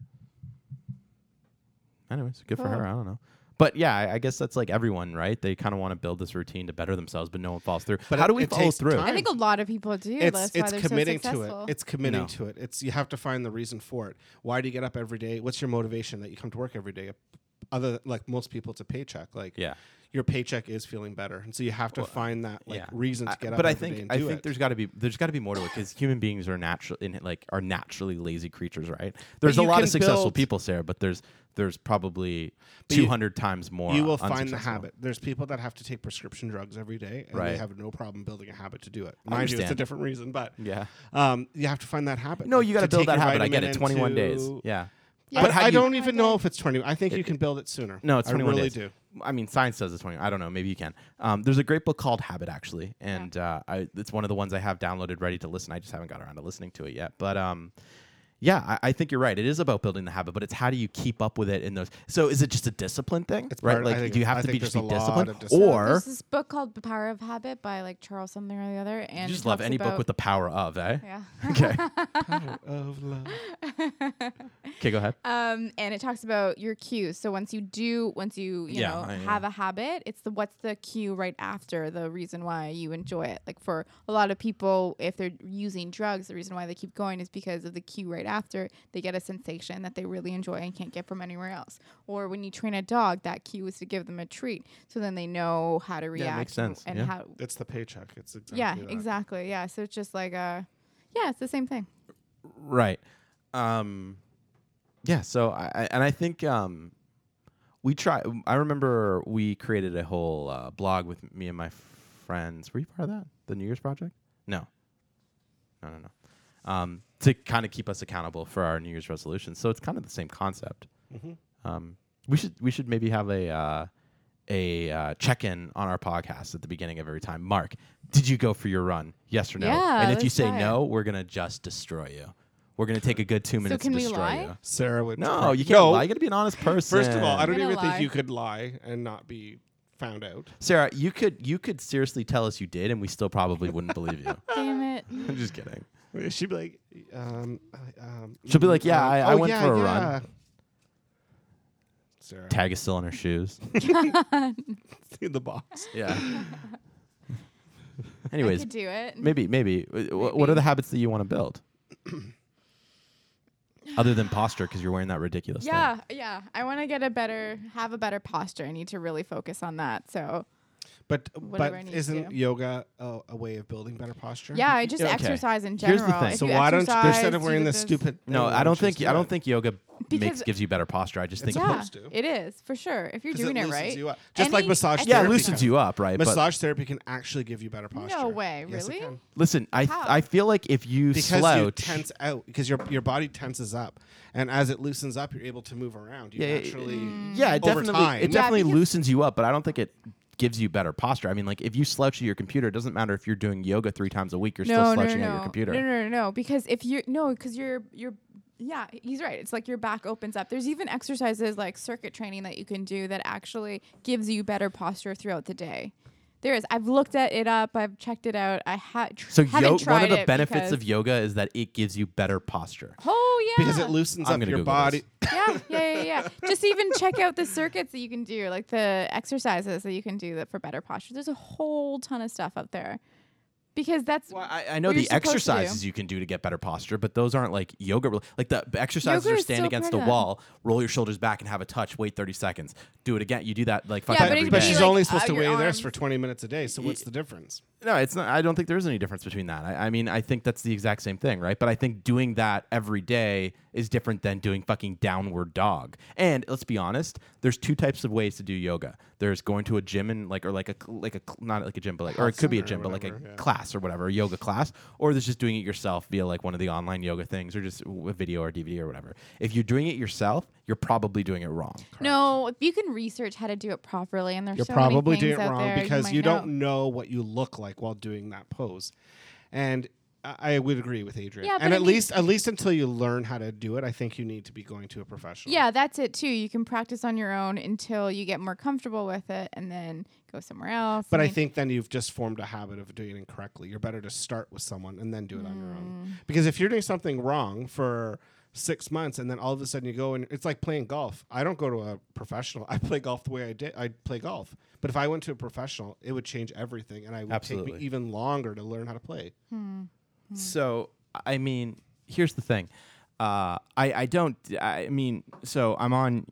Speaker 9: Anyways, good for
Speaker 10: Cool.
Speaker 9: her. I don't know. But yeah, I, I guess that's like everyone, right? They kind of want to build this routine to better themselves, but no one falls through. But
Speaker 11: But
Speaker 9: how
Speaker 11: it-
Speaker 9: do we
Speaker 11: it
Speaker 9: follow
Speaker 11: takes
Speaker 9: through?
Speaker 11: time.
Speaker 10: I think a lot of people do.
Speaker 11: it's
Speaker 10: That's why
Speaker 11: it's
Speaker 10: they're
Speaker 11: committing
Speaker 10: so
Speaker 11: to
Speaker 10: successful.
Speaker 11: it. It's committing
Speaker 9: No.
Speaker 11: to it. It's you have to find the reason for it. Why do you get up every day? What's your motivation that you come to work every day? Other than, like most people, it's a paycheck. Like
Speaker 9: Yeah.
Speaker 11: your paycheck is feeling better, and so you have to find that like reason to
Speaker 9: I-
Speaker 11: get up.
Speaker 9: But I
Speaker 11: every
Speaker 9: think
Speaker 11: day and
Speaker 9: I
Speaker 11: do
Speaker 9: think
Speaker 11: it.
Speaker 9: there's got to be there's got to be more to it because human beings are natural in like are naturally lazy creatures, right? There's a
Speaker 11: you
Speaker 9: lot
Speaker 11: can
Speaker 9: of successful
Speaker 11: build-
Speaker 9: people, Sarah, but there's there's probably
Speaker 11: But you-
Speaker 9: 200 times more.
Speaker 11: you will find the
Speaker 9: unsuccessful.
Speaker 11: habit. There's people that have to take prescription drugs every day, and
Speaker 9: Right.
Speaker 11: they have no problem building a habit to do it. Mind you, it's a
Speaker 9: understand.
Speaker 11: different reason, but
Speaker 9: Yeah.
Speaker 11: um, you have to find that habit.
Speaker 9: No,
Speaker 11: like,
Speaker 9: you got to
Speaker 11: to
Speaker 9: build
Speaker 11: take
Speaker 9: that
Speaker 11: your
Speaker 9: habit. I get it.
Speaker 11: vitamin
Speaker 9: 21 days.
Speaker 11: to-
Speaker 9: Yeah.
Speaker 10: Yeah.
Speaker 11: But
Speaker 9: how
Speaker 11: I,
Speaker 9: do you-
Speaker 11: don't even know if it's 20. I think you can build it sooner.
Speaker 9: No, it's 21
Speaker 11: I really
Speaker 9: days.
Speaker 11: do.
Speaker 9: I mean, science says it's 21. I don't know. Maybe you can. Um, there's a great book called Habit, actually, and uh, I, it's one of the ones I have downloaded, ready to listen. I just haven't got around to listening to it yet. But um, yeah, I, I think you're right. It is about building the habit, but it's how do you keep up with it in those. So is it just a discipline thing,
Speaker 11: It's
Speaker 9: right?
Speaker 11: part of- I
Speaker 9: like,
Speaker 11: think
Speaker 9: do you
Speaker 11: it-
Speaker 9: have
Speaker 11: I
Speaker 9: to be
Speaker 11: think
Speaker 9: just be
Speaker 11: there's a lot
Speaker 9: disciplined,
Speaker 11: of discipline.
Speaker 9: or
Speaker 10: There's this book called The Power of Habit by like Charles something or the other, and
Speaker 9: you
Speaker 10: it
Speaker 9: just love
Speaker 10: talks
Speaker 9: any book
Speaker 10: about-
Speaker 9: with the power of, eh?
Speaker 10: (laughs) yeah.
Speaker 9: Okay.
Speaker 11: Of love.
Speaker 9: okay, go ahead.
Speaker 10: Um, and it talks about your cues. So once you do, once you you
Speaker 9: Yeah,
Speaker 10: know
Speaker 9: I-
Speaker 10: have a habit, it's the what's the cue right after the reason why you enjoy it. Like for a lot of people, if they're using drugs, the reason why they keep going is because of the cue right after. They get a sensation that they really enjoy and can't get from anywhere else. Or when you train a dog, that cue is to give them a treat, so then they know how to
Speaker 9: it
Speaker 10: react
Speaker 9: makes sense,
Speaker 10: and
Speaker 9: yeah.
Speaker 10: how.
Speaker 11: It's the paycheck. It's exactly
Speaker 10: Yeah,
Speaker 11: that.
Speaker 10: exactly. Yeah, so it's just like a, yeah, it's the same
Speaker 11: (laughs)
Speaker 10: thing.
Speaker 9: Right. Um, yeah. So I I- and I think um, we try. I remember we created a whole uh, blog with me and my friends. Were you part of that? The New Year's project? No. No. No. No. Um, to kind of keep us accountable for our New Year's resolutions. So it's kind of the same concept. Um, we should we should maybe have a uh, a uh, check in on our podcast at the beginning of every time. Mark, did you go for your run? Yes or no?
Speaker 10: Yeah,
Speaker 9: and if you
Speaker 10: let's
Speaker 9: say
Speaker 10: try it.
Speaker 9: no, "Oh, we're gonna just destroy you. We're gonna take a good two minutes
Speaker 10: can
Speaker 9: to
Speaker 10: we
Speaker 9: destroy
Speaker 10: lie?
Speaker 9: you.
Speaker 11: Sarah would.
Speaker 9: No, you can't lie. You gotta be an honest person.
Speaker 11: First of all, I don't
Speaker 10: You're
Speaker 11: even
Speaker 10: gonna
Speaker 11: think
Speaker 10: lie.
Speaker 11: you could lie and not be found out.
Speaker 9: Sarah, you could you could seriously tell us you did, and we still probably wouldn't believe
Speaker 11: (laughs)
Speaker 9: you.
Speaker 10: Damn it.
Speaker 9: I'm just kidding.
Speaker 11: She'd be like, um, I- um,
Speaker 9: She'll be like, "Yeah,
Speaker 11: um,
Speaker 9: I- I
Speaker 11: oh,
Speaker 9: went
Speaker 11: yeah,
Speaker 9: for a run."
Speaker 11: yeah.
Speaker 9: (laughs)
Speaker 11: Sarah,
Speaker 9: Tag is still in her
Speaker 11: (laughs)
Speaker 9: shoes.
Speaker 11: in the box.
Speaker 9: Yeah.
Speaker 10: (laughs) I
Speaker 9: Anyways,
Speaker 10: could do it.
Speaker 9: maybe maybe. Wh- wh- What are the habits that you want to
Speaker 10: (clears throat)
Speaker 9: build? Other than posture, because you're wearing that ridiculous thing.
Speaker 10: Yeah, yeah. I want to get a better, have a better posture. I need to really focus on that. So
Speaker 9: Mm-hmm.
Speaker 11: But
Speaker 10: Whatever I
Speaker 11: but
Speaker 10: need to
Speaker 11: isn't
Speaker 10: do.
Speaker 11: yoga a, a way of building better posture?
Speaker 10: yeah, I just
Speaker 9: okay.
Speaker 10: exercise in
Speaker 9: Here's the
Speaker 10: general.
Speaker 9: thing.
Speaker 10: If
Speaker 11: So
Speaker 10: you
Speaker 11: why don't
Speaker 10: exercise,
Speaker 11: instead of
Speaker 10: you
Speaker 11: wearing
Speaker 10: do
Speaker 11: this stupid?
Speaker 9: No,
Speaker 11: thing,
Speaker 9: I don't
Speaker 11: why you
Speaker 9: think
Speaker 11: just
Speaker 9: I
Speaker 11: do
Speaker 9: don't
Speaker 11: it?
Speaker 9: think yoga makes
Speaker 10: Because-
Speaker 9: gives you better posture. I just think
Speaker 10: Yeah,
Speaker 11: supposed to.
Speaker 10: it is for sure. If you're
Speaker 11: 'Cause it
Speaker 10: doing it,
Speaker 11: loosens
Speaker 10: right,
Speaker 11: you up. Just like massage
Speaker 9: yeah, it
Speaker 11: therapy
Speaker 9: loosens
Speaker 11: can.
Speaker 9: you up, right? But
Speaker 11: Massage therapy can actually give you better posture.
Speaker 10: way,
Speaker 11: Yes, it
Speaker 10: really?
Speaker 11: can.
Speaker 9: listen, I
Speaker 10: How?
Speaker 9: I feel like if you
Speaker 11: Because you
Speaker 9: slouch,
Speaker 11: tense out, because your your body tenses up, and as it loosens up, you're able to move around. You
Speaker 9: Yeah, it-
Speaker 11: naturally,
Speaker 9: yeah, it
Speaker 11: over
Speaker 9: definitely
Speaker 11: time.
Speaker 9: it definitely
Speaker 10: Mm. because-
Speaker 9: loosens you up, but I don't think it gives you better posture. I mean, like if you slouch at your computer, it doesn't matter if you're doing yoga three times a week, you're
Speaker 10: no,
Speaker 9: still
Speaker 10: no, no,
Speaker 9: slouching at
Speaker 10: no,
Speaker 9: your computer.
Speaker 10: no, no, no, no. Because if you no, because you're you're. Yeah, he's right. It's like your back opens up. There's even exercises like circuit training that you can do that actually gives you better posture throughout the day. There is. I've looked at it up. I've checked it out. I had. Tr-
Speaker 9: So
Speaker 10: haven't
Speaker 9: yo- one
Speaker 10: tried
Speaker 9: of the
Speaker 10: it
Speaker 9: benefits of
Speaker 10: because-
Speaker 9: yoga is that it gives you better posture.
Speaker 10: Oh yeah.
Speaker 11: because it loosens
Speaker 9: I'm
Speaker 11: up
Speaker 9: gonna
Speaker 11: your
Speaker 9: Google
Speaker 11: (laughs) body.
Speaker 10: yeah, yeah, yeah, yeah. Just even check out the circuits that you can do, like the exercises that you can do that for better posture. There's a whole ton of stuff up there because that's
Speaker 9: Well, I, I know
Speaker 10: what you're
Speaker 9: the
Speaker 10: supposed to do.
Speaker 9: exercises you can do to get better posture, but those aren't like yoga. rel- Like the the exercises
Speaker 10: Yoga
Speaker 9: are
Speaker 10: is
Speaker 9: stand
Speaker 10: still
Speaker 9: against
Speaker 10: part
Speaker 9: a
Speaker 10: of that.
Speaker 9: wall, roll your shoulders back, and have a touch. Wait thirty seconds. Do it again. You do that like fucking
Speaker 10: but
Speaker 9: every
Speaker 10: it'd
Speaker 9: day.
Speaker 11: But
Speaker 10: be
Speaker 11: she's
Speaker 10: like,
Speaker 11: only supposed
Speaker 10: uh,
Speaker 11: to
Speaker 10: your
Speaker 11: weigh theirs
Speaker 10: arms.
Speaker 11: for 20 minutes a day. So what's the difference?
Speaker 9: No, it's not. I don't think there is any difference between that. I, I mean, I think that's the exact same thing, right? But I think doing that every day is different than doing fucking downward dog. And let's be honest, there's two types of ways to do yoga. There's going to a gym and like, or like a cl- like a cl- not like a gym, but like, or it could be a gym,
Speaker 11: center or
Speaker 9: but like a
Speaker 11: whatever, yeah.
Speaker 9: class or whatever, a yoga class, or there's just doing it yourself via like one of the online yoga things, or just w- a video or DVD or whatever. If you're doing it yourself, you're probably doing it wrong.
Speaker 10: No, you can research how to do it properly, and there's
Speaker 11: You're
Speaker 10: so
Speaker 11: probably
Speaker 10: many things
Speaker 11: doing it
Speaker 10: out
Speaker 11: wrong
Speaker 10: there
Speaker 11: because
Speaker 10: might
Speaker 11: you don't
Speaker 10: know.
Speaker 11: know what you look like while doing that pose. And I I would agree with Adrian.
Speaker 10: Yeah, but
Speaker 11: and
Speaker 10: I
Speaker 11: at
Speaker 10: mean-
Speaker 11: least at least until you learn how to do it, I think you need to be going to a professional.
Speaker 10: Yeah, that's it too. You can practice on your own until you get more comfortable with it and then go somewhere else.
Speaker 11: But I,
Speaker 10: mean,
Speaker 11: think then you've just formed a habit of doing it incorrectly. You're better to start with someone and then do it on your own.
Speaker 10: Mm.
Speaker 11: Because if you're doing something wrong for six months and then all of a sudden you go and it's like playing golf. I don't go to a professional. (laughs) I play golf the way I did. I play golf. But if I went to a professional, it would change everything, and I would take
Speaker 9: Absolutely.
Speaker 11: me even longer to learn how to play.
Speaker 10: Hmm.
Speaker 9: So I mean, here's the thing. Uh, I I don't. I mean, so I'm on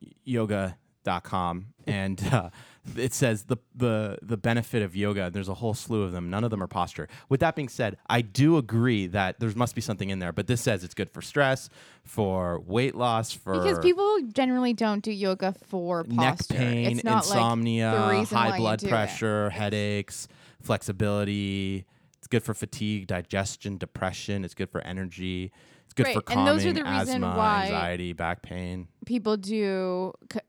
Speaker 9: yoga.com and uh, it says the the the benefit of yoga. and There's a whole slew of them. None of them are posture. With that being said, I do agree that there must be something in there. But this says it's good for stress, for weight loss, for
Speaker 10: because people generally don't do yoga for
Speaker 9: neck
Speaker 10: posture.
Speaker 9: pain,
Speaker 10: it's not
Speaker 9: insomnia,
Speaker 10: like the reason why
Speaker 9: high
Speaker 10: you
Speaker 9: blood
Speaker 10: do it.
Speaker 9: pressure, headaches, flexibility. It's good for fatigue, digestion, depression. It's good for energy. It's good for
Speaker 10: Right, and
Speaker 9: calming,
Speaker 10: those are the
Speaker 9: asthma,
Speaker 10: reason why-
Speaker 9: anxiety, back pain.
Speaker 10: People do c-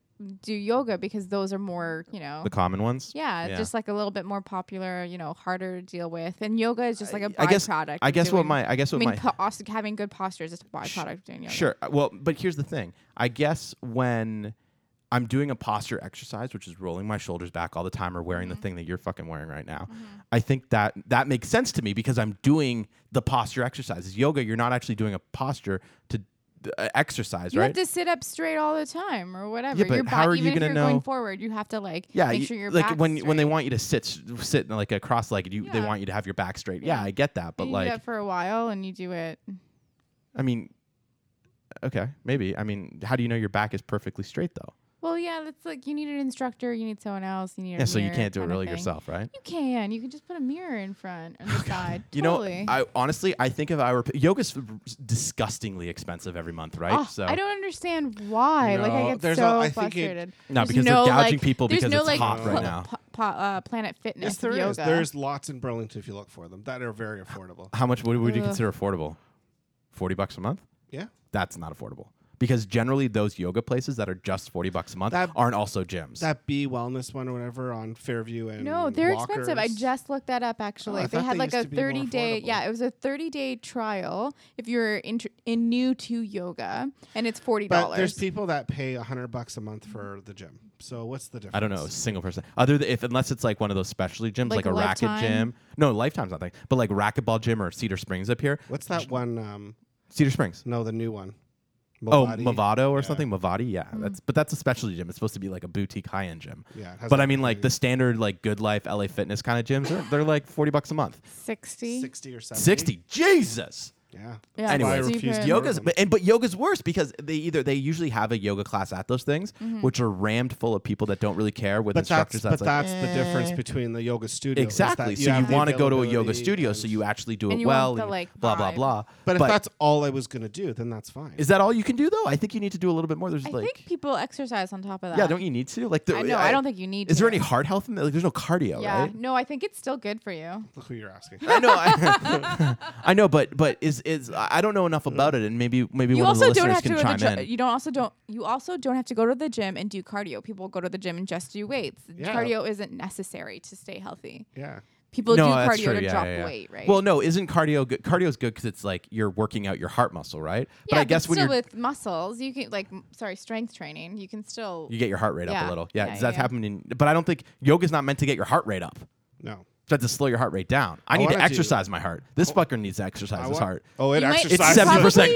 Speaker 10: do yoga because those are more, you know,
Speaker 9: The common ones.
Speaker 10: yeah, just like a little bit more popular, you know, harder to deal with. And yoga is just like a byproduct.
Speaker 9: I guess- I
Speaker 10: of
Speaker 9: guess what
Speaker 10: doing-
Speaker 9: my- I guess what
Speaker 10: I mean,
Speaker 9: my-
Speaker 10: po- also having good posture is just a byproduct of doing yoga.
Speaker 9: Sure. Uh, Well, but here's the thing. I guess when I'm doing a posture exercise, which is rolling my shoulders back all the time or wearing
Speaker 10: Mm-hmm.
Speaker 9: the thing that you're fucking wearing right now, I think that that makes sense to me because I'm doing the posture exercises. Yoga, you're not actually doing a posture to uh, exercise,
Speaker 10: You
Speaker 9: right?
Speaker 10: have to sit up straight all the time or whatever.
Speaker 9: but
Speaker 10: Your
Speaker 9: how
Speaker 10: bo-
Speaker 9: are you
Speaker 10: even if
Speaker 9: gonna
Speaker 10: you're going
Speaker 9: know-
Speaker 10: forward, you have to like
Speaker 9: yeah,
Speaker 10: make
Speaker 9: you-
Speaker 10: sure your
Speaker 9: like
Speaker 10: back's
Speaker 9: when when they
Speaker 10: straight.
Speaker 9: want you to sit sit like a cross-legged, you they
Speaker 10: Yeah.
Speaker 9: want you to have your back straight. Yeah,
Speaker 10: Yeah.
Speaker 9: I get that, but
Speaker 10: you
Speaker 9: like
Speaker 10: do that for a while and you do it.
Speaker 9: I mean okay, maybe. I mean, how do you know your back is perfectly straight though?
Speaker 10: Well, yeah, that's like you need an instructor, you need someone else, you need a
Speaker 9: Yeah, so you
Speaker 10: mirror
Speaker 9: can't do it
Speaker 10: kinda
Speaker 9: really
Speaker 10: thing.
Speaker 9: yourself, right?
Speaker 10: You can. You can just put a mirror in front and the side.
Speaker 9: You
Speaker 10: totally.
Speaker 9: know, I honestly, I think if I were yoga's disgustingly expensive every month, right?
Speaker 10: Oh, I don't understand why. like I
Speaker 11: No,
Speaker 10: get
Speaker 11: there's a-
Speaker 10: so
Speaker 11: I think it-
Speaker 10: frustrated.
Speaker 9: No,
Speaker 10: There's
Speaker 9: because they're gouging
Speaker 10: like-
Speaker 9: people
Speaker 10: there's
Speaker 9: because
Speaker 10: no,
Speaker 9: it's
Speaker 10: like,
Speaker 9: hot right
Speaker 10: pl- (laughs)
Speaker 9: now.
Speaker 10: pl- pl- uh, Planet Fitness
Speaker 11: Yes, there is.
Speaker 10: yoga.
Speaker 11: There's lots in Burlington if you look for them that are very
Speaker 9: (laughs)
Speaker 11: affordable.
Speaker 9: How much would, would you
Speaker 10: Ugh.
Speaker 9: consider affordable? Forty bucks a month?
Speaker 11: Yeah.
Speaker 9: That's not affordable because generally those yoga places that are just forty bucks a month
Speaker 11: That-
Speaker 9: aren't also gyms.
Speaker 11: That B Wellness one or whatever on Fairview and
Speaker 10: No, they're expensive. I
Speaker 11: Walker's.
Speaker 10: just looked that
Speaker 9: Oh,
Speaker 10: up actually.
Speaker 11: I
Speaker 10: they
Speaker 11: thought
Speaker 10: had
Speaker 11: they
Speaker 10: like
Speaker 11: used
Speaker 10: a
Speaker 11: to be more
Speaker 10: 30 day,
Speaker 11: affordable.
Speaker 10: yeah, it was a 30 day trial if you're in, in new to yoga and it's $40.
Speaker 11: But there's people that pay a hundred bucks a month for the gym. So what's the difference?
Speaker 9: I don't know a single person other than if unless it's like one of those specialty gyms
Speaker 10: Like
Speaker 9: like, a
Speaker 10: Lifetime?
Speaker 9: racket gym. No, Lifetime's not thing, but like racquetball gym or Cedar Springs up here.
Speaker 11: What's that one? Um,
Speaker 9: Cedar Springs.
Speaker 11: no, the new one. Movati.
Speaker 9: Oh, Movado or something. Movati, yeah. That's but that's a specialty gym. It's supposed to be like a boutique high end gym.
Speaker 11: Mm. Yeah, it has
Speaker 9: But
Speaker 11: like
Speaker 9: I mean,
Speaker 11: a
Speaker 9: like the standard like Good Life, LA Fitness kind of gyms, they're, they're like forty bucks a month.
Speaker 10: 60.
Speaker 11: sixty or seventy.
Speaker 9: Sixty, Jesus.
Speaker 11: Yeah.
Speaker 10: Yeah,
Speaker 11: That's why I
Speaker 9: Anyways,
Speaker 11: refuse
Speaker 10: Stupid.
Speaker 11: to go to
Speaker 9: Yoga's
Speaker 11: them.
Speaker 9: but, and but yoga's worse because they either they usually have a yoga class at those things, which are rammed full of people that don't really care with
Speaker 11: Mm-hmm. But that's,
Speaker 9: instructors.
Speaker 11: but
Speaker 9: that's like,
Speaker 11: that's the
Speaker 10: Eh.
Speaker 11: difference between the yoga studio. is that
Speaker 9: exactly. so you
Speaker 11: have the
Speaker 9: want to go to a yoga
Speaker 11: availability
Speaker 9: studio,
Speaker 11: and-
Speaker 9: so you actually do
Speaker 10: And
Speaker 9: it
Speaker 10: you want
Speaker 9: well.
Speaker 10: the,
Speaker 9: and
Speaker 10: like,
Speaker 9: blah blah
Speaker 10: vibe.
Speaker 9: blah.
Speaker 11: But if that's all I was gonna do, then that's fine.
Speaker 9: is that all you can do though? I think you need to do a little bit more. There's
Speaker 10: I
Speaker 9: like
Speaker 10: think people exercise on top of that.
Speaker 9: Yeah, don't you need to? Like,
Speaker 10: I know, I don't think you need
Speaker 9: Is there
Speaker 10: to.
Speaker 9: any heart health in there? Like, there's no cardio,
Speaker 10: Yeah, (laughs)
Speaker 9: right?
Speaker 10: no, I think it's still good for you.
Speaker 11: Look who you're asking.
Speaker 9: I know, I, (laughs) I know, but but is is I don't know enough about it, and maybe maybe
Speaker 10: You
Speaker 9: one of the
Speaker 10: also
Speaker 9: listeners
Speaker 10: don't have to
Speaker 9: can
Speaker 10: go to
Speaker 9: chime
Speaker 10: the gym.
Speaker 9: in.
Speaker 10: You don't also don't you also don't have to go to the gym and do cardio. People go to the gym and just do weights.
Speaker 11: Yeah.
Speaker 10: Cardio isn't necessary to stay healthy.
Speaker 11: Yeah.
Speaker 10: People
Speaker 9: no,
Speaker 10: do
Speaker 9: that's
Speaker 10: cardio
Speaker 9: true.
Speaker 10: to
Speaker 9: yeah,
Speaker 10: drop
Speaker 9: yeah, yeah.
Speaker 10: weight, right?
Speaker 9: Well, no, isn't cardio good? Cardio's good because it's like you're working out your heart muscle, right? but I guess when
Speaker 10: still
Speaker 9: you're
Speaker 10: with muscles, you can like m- sorry, strength training, you can still
Speaker 9: you get your heart rate up
Speaker 10: Yeah.
Speaker 9: a little, yeah,
Speaker 10: Yeah,
Speaker 9: that's
Speaker 10: yeah, yeah.
Speaker 9: happening. But I don't think yoga's not meant to get your heart rate up.
Speaker 11: No.
Speaker 9: So to slow your heart rate down. I, need
Speaker 11: wanna
Speaker 9: to
Speaker 11: do- Oh,
Speaker 9: exercise my heart. This fucker needs to exercise his
Speaker 11: wa-
Speaker 9: heart.
Speaker 11: Oh, it
Speaker 10: You might-
Speaker 11: exercises.
Speaker 9: It's 70%
Speaker 10: Probably-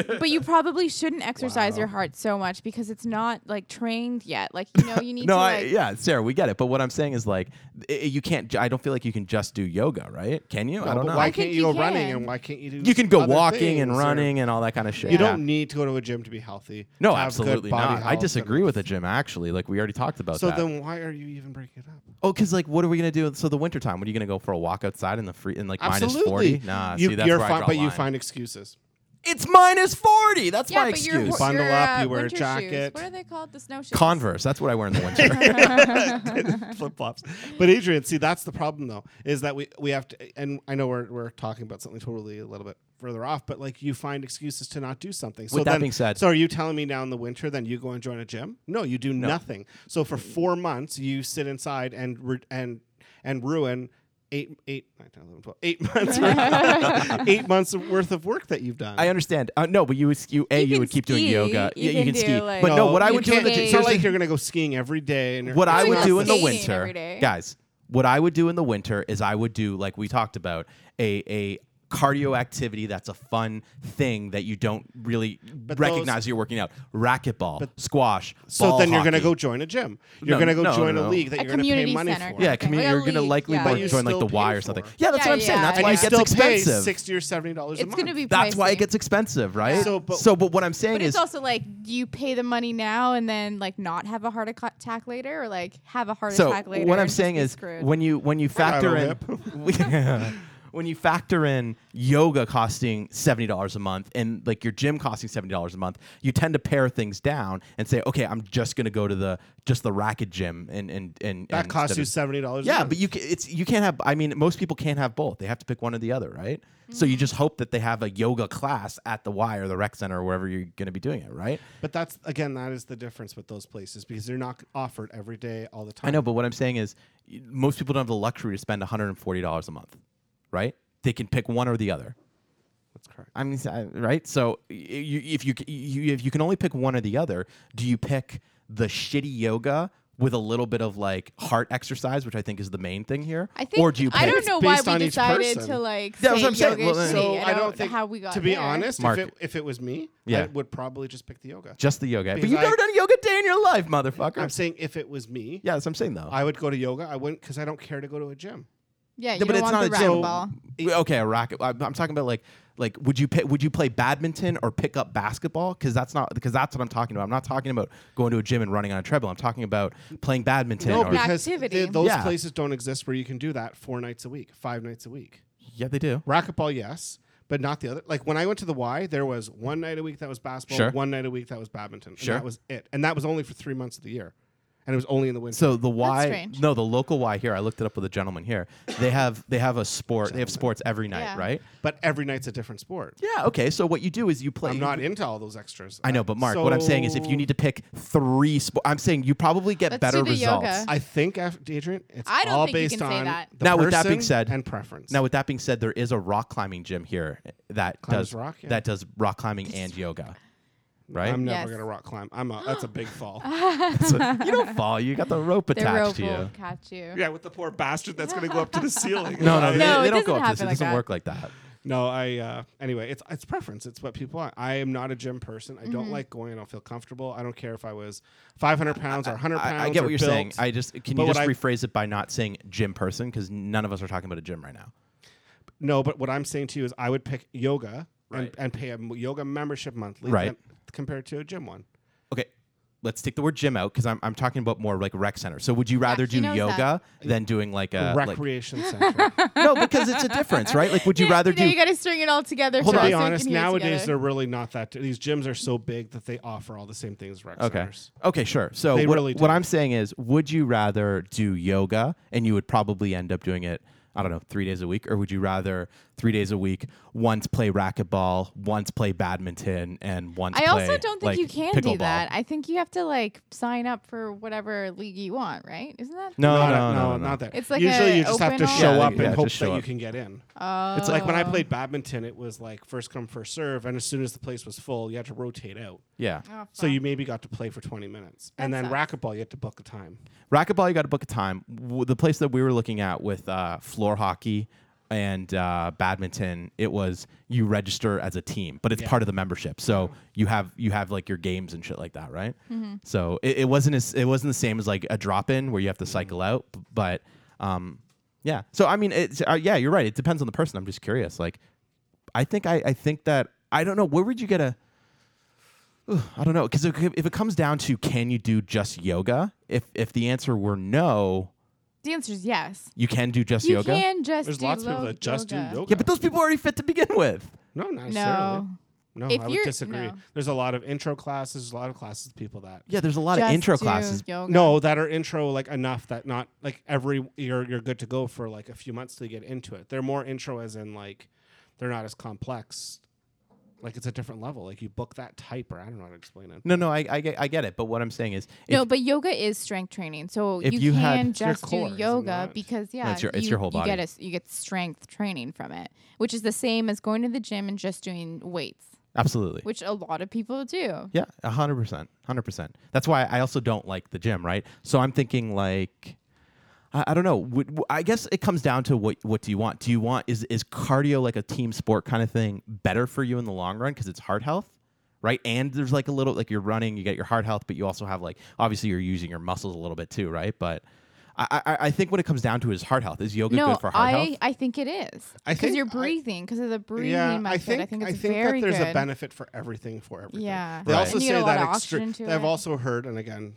Speaker 9: clogged. (laughs)
Speaker 10: No, (laughs) but you probably shouldn't exercise your heart so much because it's not like trained yet. Like you know, you need
Speaker 9: (laughs) No,
Speaker 10: to
Speaker 9: I,
Speaker 10: like
Speaker 9: yeah, Sarah, we get it. But what I'm saying is like, i- i- you can't. ju- I don't feel like you can just do yoga, right? Can you? I
Speaker 11: No,
Speaker 9: don't
Speaker 11: but
Speaker 9: know.
Speaker 11: Why
Speaker 10: think
Speaker 11: can't
Speaker 10: you
Speaker 11: you go running
Speaker 10: can.
Speaker 11: and why can't you do?
Speaker 9: you can go
Speaker 11: other
Speaker 9: walking and
Speaker 11: things or-
Speaker 9: running and all that kind of shit.
Speaker 11: You
Speaker 9: yeah.
Speaker 11: don't need to go to a gym to be healthy.
Speaker 9: No,
Speaker 11: to have good
Speaker 9: absolutely
Speaker 11: body
Speaker 9: not.
Speaker 11: health
Speaker 9: I
Speaker 11: and-
Speaker 9: disagree with the gym. Actually, like we already talked about
Speaker 11: So
Speaker 9: that.
Speaker 11: then, why are you even breaking it up?
Speaker 9: oh, because like, what are we gonna do? So the wintertime, what are you gonna go for a walk outside in the free in like minus
Speaker 11: Absolutely.
Speaker 9: forty? Nah,
Speaker 11: you,
Speaker 9: see that's
Speaker 11: you're
Speaker 9: where I
Speaker 11: fine,
Speaker 9: draw
Speaker 11: but
Speaker 9: a
Speaker 11: you
Speaker 9: line.
Speaker 11: find excuses.
Speaker 9: it's minus forty. That's
Speaker 10: yeah,
Speaker 9: my
Speaker 10: but your,
Speaker 9: excuse.
Speaker 10: your,
Speaker 11: Bundle up,
Speaker 10: uh,
Speaker 11: you wear a
Speaker 10: winter Shoes.
Speaker 11: jacket.
Speaker 10: What are they called? The snow shoes.
Speaker 9: Converse. That's what I wear in the winter.
Speaker 11: (laughs)
Speaker 9: (laughs)
Speaker 11: Flip flops. But Adrian, see, that's the problem though, is that we we have to. And I know we're we're talking about something totally a little bit further off, but like you find excuses to not do something. So
Speaker 9: With that
Speaker 11: then-
Speaker 9: being said-
Speaker 11: so are you telling me now in the winter then you go and join a gym? No, you do nothing. So for four months you sit inside and re- and and ruin eight, eight, nine, 10, 11, 12, eight (laughs) months, worth, eight months worth of work that you've done.
Speaker 9: I understand. Uh, no, but you would you a you,
Speaker 10: can
Speaker 9: would keep doing
Speaker 10: ski.
Speaker 9: yoga.
Speaker 10: You
Speaker 9: yeah, you can
Speaker 10: can do,
Speaker 9: ski.
Speaker 10: like-
Speaker 9: but no, what I
Speaker 11: Oh, you
Speaker 9: would do in
Speaker 11: can't-
Speaker 9: the
Speaker 10: days.
Speaker 11: It's
Speaker 9: so
Speaker 11: not like
Speaker 9: like,
Speaker 11: you're gonna go skiing every day. And you're-
Speaker 9: what I
Speaker 10: You're
Speaker 9: would
Speaker 10: not
Speaker 9: do in the
Speaker 10: skating
Speaker 9: winter,
Speaker 10: every day.
Speaker 9: guys. What I would do in the winter is I would do like we talked about a a cardio activity that's a fun thing that you don't really recognize
Speaker 11: those-
Speaker 9: you're working out. Racquetball, squash.
Speaker 11: So
Speaker 9: ball
Speaker 11: then you're gonna
Speaker 9: hockey.
Speaker 11: go join a gym. You're
Speaker 9: No,
Speaker 11: gonna go
Speaker 9: no, no,
Speaker 11: join a
Speaker 9: no.
Speaker 11: league that
Speaker 10: A
Speaker 11: you're gonna pay
Speaker 10: community
Speaker 11: money
Speaker 10: center.
Speaker 11: for.
Speaker 9: Yeah,
Speaker 10: Okay.
Speaker 9: community,
Speaker 10: Like a
Speaker 9: you're gonna
Speaker 10: league,
Speaker 9: likely
Speaker 10: yeah.
Speaker 9: work-
Speaker 10: But you
Speaker 9: join like the
Speaker 11: still pay
Speaker 9: Y
Speaker 11: for
Speaker 9: or something.
Speaker 11: it.
Speaker 9: Yeah, that's
Speaker 10: Yeah,
Speaker 9: what I'm saying.
Speaker 10: yeah.
Speaker 9: That's
Speaker 10: And
Speaker 9: why
Speaker 11: you
Speaker 9: it gets
Speaker 11: still pay
Speaker 9: expensive.
Speaker 11: sixty or seventy dollars a
Speaker 10: It's
Speaker 11: month.
Speaker 10: gonna be
Speaker 9: That's why
Speaker 10: pricey.
Speaker 9: it gets expensive, right?
Speaker 11: So, but-
Speaker 9: so, but what I'm saying
Speaker 10: But it's
Speaker 9: is,
Speaker 10: also like you pay the money now and then like not have a heart attack later, or like have a heart
Speaker 9: so
Speaker 10: attack later.
Speaker 9: what
Speaker 10: and
Speaker 9: I'm
Speaker 10: just
Speaker 9: saying
Speaker 10: be
Speaker 9: is,
Speaker 10: screwed.
Speaker 9: when you when you factor in, (laughs) when you factor in yoga costing seventy dollars a month and like your gym costing seventy dollars a month, you tend to pare things down and say, okay, I'm just gonna go to the just the racket gym and and and
Speaker 11: That
Speaker 9: and
Speaker 11: costs
Speaker 9: instead
Speaker 11: you
Speaker 9: of-
Speaker 11: seventy dollars.
Speaker 9: Yeah, but you can, it's you can't have. I mean, most people can't have both. They have to pick one or the other, right? So
Speaker 10: Mm-hmm.
Speaker 9: you just hope that they have a yoga class at the Y or the rec center or wherever you're going to be doing it, right?
Speaker 11: But that's again, that is the difference with those places because they're not offered every day, all the time.
Speaker 9: I know, but what I'm saying is, y- most people don't have the luxury to spend 140 dollars a month, right? They can pick one or the other.
Speaker 11: that's correct.
Speaker 9: I mean, s- I- right? So y- you, if you, c- you if you can only pick one or the other, do you pick the shitty yoga with a little bit of like heart exercise, which I think is the main thing here,
Speaker 10: I think
Speaker 9: or do you pick
Speaker 10: I don't know why
Speaker 11: based
Speaker 10: we
Speaker 11: on each
Speaker 10: decided
Speaker 11: person.
Speaker 10: to like
Speaker 9: That's
Speaker 10: say
Speaker 9: what I'm saying.
Speaker 10: yoga
Speaker 9: Well,
Speaker 10: is
Speaker 9: then-
Speaker 10: shitty.
Speaker 11: So
Speaker 10: I don't know how we got
Speaker 11: to be
Speaker 10: there.
Speaker 11: honest, if
Speaker 9: Mark.
Speaker 11: it, if it was me, I
Speaker 9: Yeah.
Speaker 11: would probably just pick the yoga.
Speaker 9: just the yoga? but
Speaker 11: Because
Speaker 9: you've
Speaker 11: I-
Speaker 9: never done a yoga day in your life, motherfucker.
Speaker 11: I'm saying if it was me,
Speaker 9: yeah, that's what I'm saying though.
Speaker 11: I would go to yoga. I wouldn't because I don't care to go to a gym.
Speaker 10: yeah, you
Speaker 9: No,
Speaker 10: don't want the
Speaker 9: gym.
Speaker 10: round ball.
Speaker 9: W- Okay, a racket. I- I'm talking about like like would you pick, would you play badminton or pick up basketball? Because that's not because that's what I'm talking about. I'm not talking about going to a gym and running on a treadmill. I'm talking about playing badminton.
Speaker 11: No,
Speaker 9: or,
Speaker 11: because the-
Speaker 10: Activity.
Speaker 11: those
Speaker 9: Yeah.
Speaker 11: places don't exist where you can do that four nights a week, five nights a week.
Speaker 9: yeah, they do.
Speaker 11: Racquetball, yes, but not the other. Like when I went to the Y, there was one night a week that was basketball,
Speaker 9: Sure.
Speaker 11: one night a week that was badminton.
Speaker 9: Sure.
Speaker 11: And that was it. And that was only for three months of the year. And it was only in the winter.
Speaker 9: So the Y,
Speaker 10: strange.
Speaker 9: no, the local Y here. I looked it up with a gentleman here. They have they have a sport. They have sports every night,
Speaker 10: Yeah.
Speaker 9: right?
Speaker 11: but every night's a different sport.
Speaker 9: Yeah. Okay. So what you do is you play.
Speaker 11: I'm not into all those extras.
Speaker 9: I know, but Mark, what I'm saying is if you need to pick three sports, I'm saying you probably get
Speaker 10: Let's
Speaker 9: better
Speaker 10: do the
Speaker 9: results.
Speaker 10: yoga.
Speaker 11: I think, after Adrian, it's
Speaker 10: I don't
Speaker 11: all
Speaker 10: think you
Speaker 11: based
Speaker 10: can say
Speaker 11: on
Speaker 10: that.
Speaker 11: the
Speaker 9: Now, with that being
Speaker 11: person
Speaker 9: said-
Speaker 11: and preference.
Speaker 9: Now, with that being said, there is a rock climbing gym here that
Speaker 11: Climbs
Speaker 9: does
Speaker 11: rock, yeah.
Speaker 9: that does rock climbing and
Speaker 11: (laughs)
Speaker 9: yoga. (laughs) Right?
Speaker 11: I'm never
Speaker 10: Yes.
Speaker 11: gonna rock climb. I'm a, that's
Speaker 10: (gasps)
Speaker 11: a
Speaker 10: (laughs)
Speaker 11: big fall.
Speaker 9: you don't fall. You got the rope
Speaker 10: The rope
Speaker 9: attached to
Speaker 10: will
Speaker 9: you.
Speaker 10: catch you.
Speaker 11: yeah, with the poor bastard that's gonna go up to the ceiling.
Speaker 9: No, no,
Speaker 11: I-
Speaker 10: (laughs)
Speaker 9: they,
Speaker 10: No,
Speaker 9: they
Speaker 10: it
Speaker 9: don't go
Speaker 10: doesn't
Speaker 9: up this. It
Speaker 10: happen like
Speaker 9: doesn't
Speaker 10: that.
Speaker 9: work like that.
Speaker 11: No, I uh, anyway, it's it's preference. It's what people want. I am not a gym person. I don't like going. I don't feel comfortable. I don't care if I was 500 pounds or 100 pounds.
Speaker 9: Mm-hmm. I, I get
Speaker 11: or
Speaker 9: what you're
Speaker 11: built.
Speaker 9: saying. I just can
Speaker 11: But
Speaker 9: you
Speaker 11: what
Speaker 9: just
Speaker 11: I-
Speaker 9: rephrase it by not saying gym person because none of us are talking about a gym right now.
Speaker 11: no, but what I'm saying to you is, I would pick yoga and,
Speaker 9: Right.
Speaker 11: and pay a m- yoga membership monthly,
Speaker 9: Right.
Speaker 11: than- compared to a gym one.
Speaker 9: Okay, let's take the word gym out because I'm, I'm talking about more like rec center. So would you rather
Speaker 10: he
Speaker 9: do
Speaker 10: knows
Speaker 9: yoga than doing like a like-
Speaker 11: Recreation center.
Speaker 9: (laughs) no, because it's a difference, right? Like, would you
Speaker 10: (laughs) Yeah,
Speaker 9: rather
Speaker 10: now
Speaker 9: do?
Speaker 10: You got to string it all together.
Speaker 9: Hold
Speaker 10: for
Speaker 9: on. Right.
Speaker 10: us
Speaker 11: to be
Speaker 10: so we
Speaker 11: honest,
Speaker 10: can hear it
Speaker 11: nowadays
Speaker 10: together.
Speaker 11: they're really not that. These gyms are so big that they offer all the same things. as Rec
Speaker 9: Okay.
Speaker 11: centers.
Speaker 9: Okay, sure. So
Speaker 11: They
Speaker 9: what,
Speaker 11: really
Speaker 9: what
Speaker 11: do.
Speaker 9: I'm saying is, would you rather do yoga and you would probably end up doing it, I don't know, three days a week, or would you rather three days a week, once play racquetball, once play badminton, and once
Speaker 10: I
Speaker 9: play,
Speaker 10: also don't think
Speaker 9: like,
Speaker 10: you can do
Speaker 9: pickleball?
Speaker 10: that. I think you have to like sign up for whatever league you want, right? Isn't that?
Speaker 9: No,
Speaker 11: Not-
Speaker 9: no, no, no,
Speaker 11: not that.
Speaker 10: It's like
Speaker 11: usually
Speaker 10: a
Speaker 11: you just have to
Speaker 10: open all-
Speaker 11: show
Speaker 9: Yeah,
Speaker 11: up
Speaker 9: yeah,
Speaker 11: and
Speaker 9: just
Speaker 11: hope
Speaker 9: show
Speaker 11: that you
Speaker 9: up.
Speaker 11: can get in.
Speaker 10: Oh.
Speaker 11: It's like when I played badminton, it was like first come, first serve. And as soon as the place was full, you had to rotate out.
Speaker 9: Yeah.
Speaker 10: Oh,
Speaker 11: So
Speaker 10: fuck.
Speaker 11: you maybe got to play for 20 minutes. and then
Speaker 10: sucks.
Speaker 11: racquetball, you had to book a time.
Speaker 9: Racquetball, you got to book a time. W- the place that we were looking at with uh, floor hockey and uh, badminton, it was you register as a team, but it's part of the membership. So you have you have like your games and shit like that, right? So it, it wasn't as, it wasn't the same as like a drop in where you have to cycle out, b- but um, yeah. So I mean, it's uh, yeah, you're right. It depends on the person. I'm just curious. Like, I think I I think that I don't know where would you get a I don't know because if it comes down to can you do just yoga, if if the answer were no,
Speaker 10: the answer is yes.
Speaker 9: you can do just
Speaker 10: You
Speaker 9: yoga.
Speaker 10: can just.
Speaker 11: There's
Speaker 10: do
Speaker 11: lots of people
Speaker 10: lo-
Speaker 11: that just do yoga.
Speaker 9: Yeah, but those people are already fit to begin with.
Speaker 11: No, not necessarily.
Speaker 10: No.
Speaker 11: No,
Speaker 10: If
Speaker 11: I would
Speaker 10: you're-
Speaker 11: disagree.
Speaker 10: no.
Speaker 11: There's a lot of intro classes, a lot of classes with people that.
Speaker 9: Yeah, there's a lot
Speaker 10: Just
Speaker 9: of intro
Speaker 10: do
Speaker 9: classes.
Speaker 10: Yoga.
Speaker 11: No, that are intro like enough that not like every you're you're good to go for like a few months to get into it. They're more intro as in like they're not as complex. Like it's a different level. Like you book that type, or I don't know how to explain it.
Speaker 9: No, no, I, I, get, I get it. But what I'm saying is, if-
Speaker 10: no, but yoga is strength training. So
Speaker 9: If
Speaker 10: you,
Speaker 9: you had-
Speaker 10: can
Speaker 9: It's your
Speaker 10: just do
Speaker 11: core, is it
Speaker 10: yoga
Speaker 11: not?
Speaker 10: because yeah,
Speaker 9: it's your- it's
Speaker 10: you,
Speaker 9: your whole
Speaker 10: you get
Speaker 9: body.
Speaker 10: a s- you get strength training from it, which is the same as going to the gym and just doing weights,
Speaker 9: absolutely.
Speaker 10: which a lot of people do.
Speaker 9: Yeah, a hundred percent, hundred percent. That's why I also don't like the gym, right? So I'm thinking like, I, I don't know. Would, w- I guess it comes down to what what do you want? Do you want is is cardio like a team sport kind of thing better for you in the long run because it's heart health, right? And there's like a little like you're running, you get your heart health, but you also have like obviously you're using your muscles a little bit too, right? But I, I, I think what it comes down to is heart health. Is yoga
Speaker 10: No,
Speaker 9: good for heart
Speaker 10: I,
Speaker 9: health?
Speaker 10: I think it is
Speaker 11: I
Speaker 10: because
Speaker 11: think
Speaker 10: you're
Speaker 11: I-
Speaker 10: breathing because of the breathing method. I think, it's
Speaker 11: that
Speaker 10: very
Speaker 11: there's
Speaker 10: good.
Speaker 11: a benefit for everything for everything.
Speaker 10: Yeah.
Speaker 11: They
Speaker 9: Right.
Speaker 11: also
Speaker 10: And you get
Speaker 11: say
Speaker 10: a lot
Speaker 11: that
Speaker 10: of
Speaker 11: extre-
Speaker 10: oxygen to
Speaker 11: I've
Speaker 10: it.
Speaker 11: also heard, and again,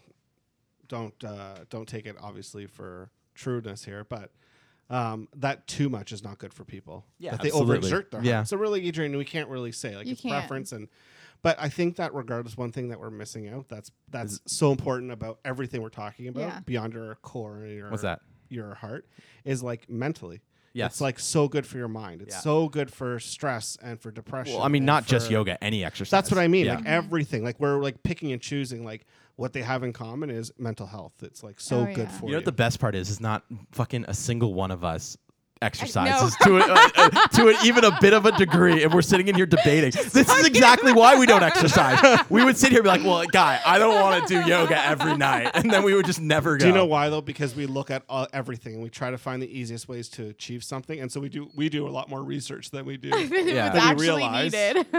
Speaker 11: don't uh, don't take it obviously for trueness here, but um, that too much is not good for people.
Speaker 9: Yeah,
Speaker 11: that they
Speaker 9: absolutely.
Speaker 11: overexert their
Speaker 9: Yeah.
Speaker 11: heart. So really, Adrian, we can't really say like
Speaker 10: You
Speaker 11: it's
Speaker 10: can't.
Speaker 11: preference and. But I think that regardless, one thing that we're missing out that's that's so important about everything we're talking about
Speaker 10: Yeah.
Speaker 11: beyond your core and your
Speaker 9: What's that?
Speaker 11: your heart is like mentally.
Speaker 9: Yes.
Speaker 11: It's like so good for your mind. It's
Speaker 9: Yeah.
Speaker 11: so good for stress and for depression.
Speaker 9: Well, I mean,
Speaker 11: and
Speaker 9: not just
Speaker 11: for-
Speaker 9: yoga, any exercise.
Speaker 11: That's what I mean.
Speaker 9: Yeah.
Speaker 11: Like everything. Like we're like picking and choosing. Like what they have in common is mental health. It's like so
Speaker 10: Oh,
Speaker 11: good
Speaker 10: yeah.
Speaker 11: for
Speaker 9: You
Speaker 11: you.
Speaker 9: know what the best part is? Is not fucking a single one of us exercises to
Speaker 10: know.
Speaker 9: a, uh, uh, to an, even a bit of a degree, and we're sitting in here debating. this is exactly why we don't exercise. we would sit here and be like, "Well, guy, I don't want to do yoga every night," and then we would just never go.
Speaker 11: do you know why though? Because we look at all, everything and we try to find the easiest ways to achieve something, and so we do we do a lot more research than
Speaker 10: (laughs)
Speaker 11: we do.
Speaker 9: Yeah.
Speaker 10: It's
Speaker 11: That we
Speaker 10: actually
Speaker 11: realize-
Speaker 10: needed. (laughs)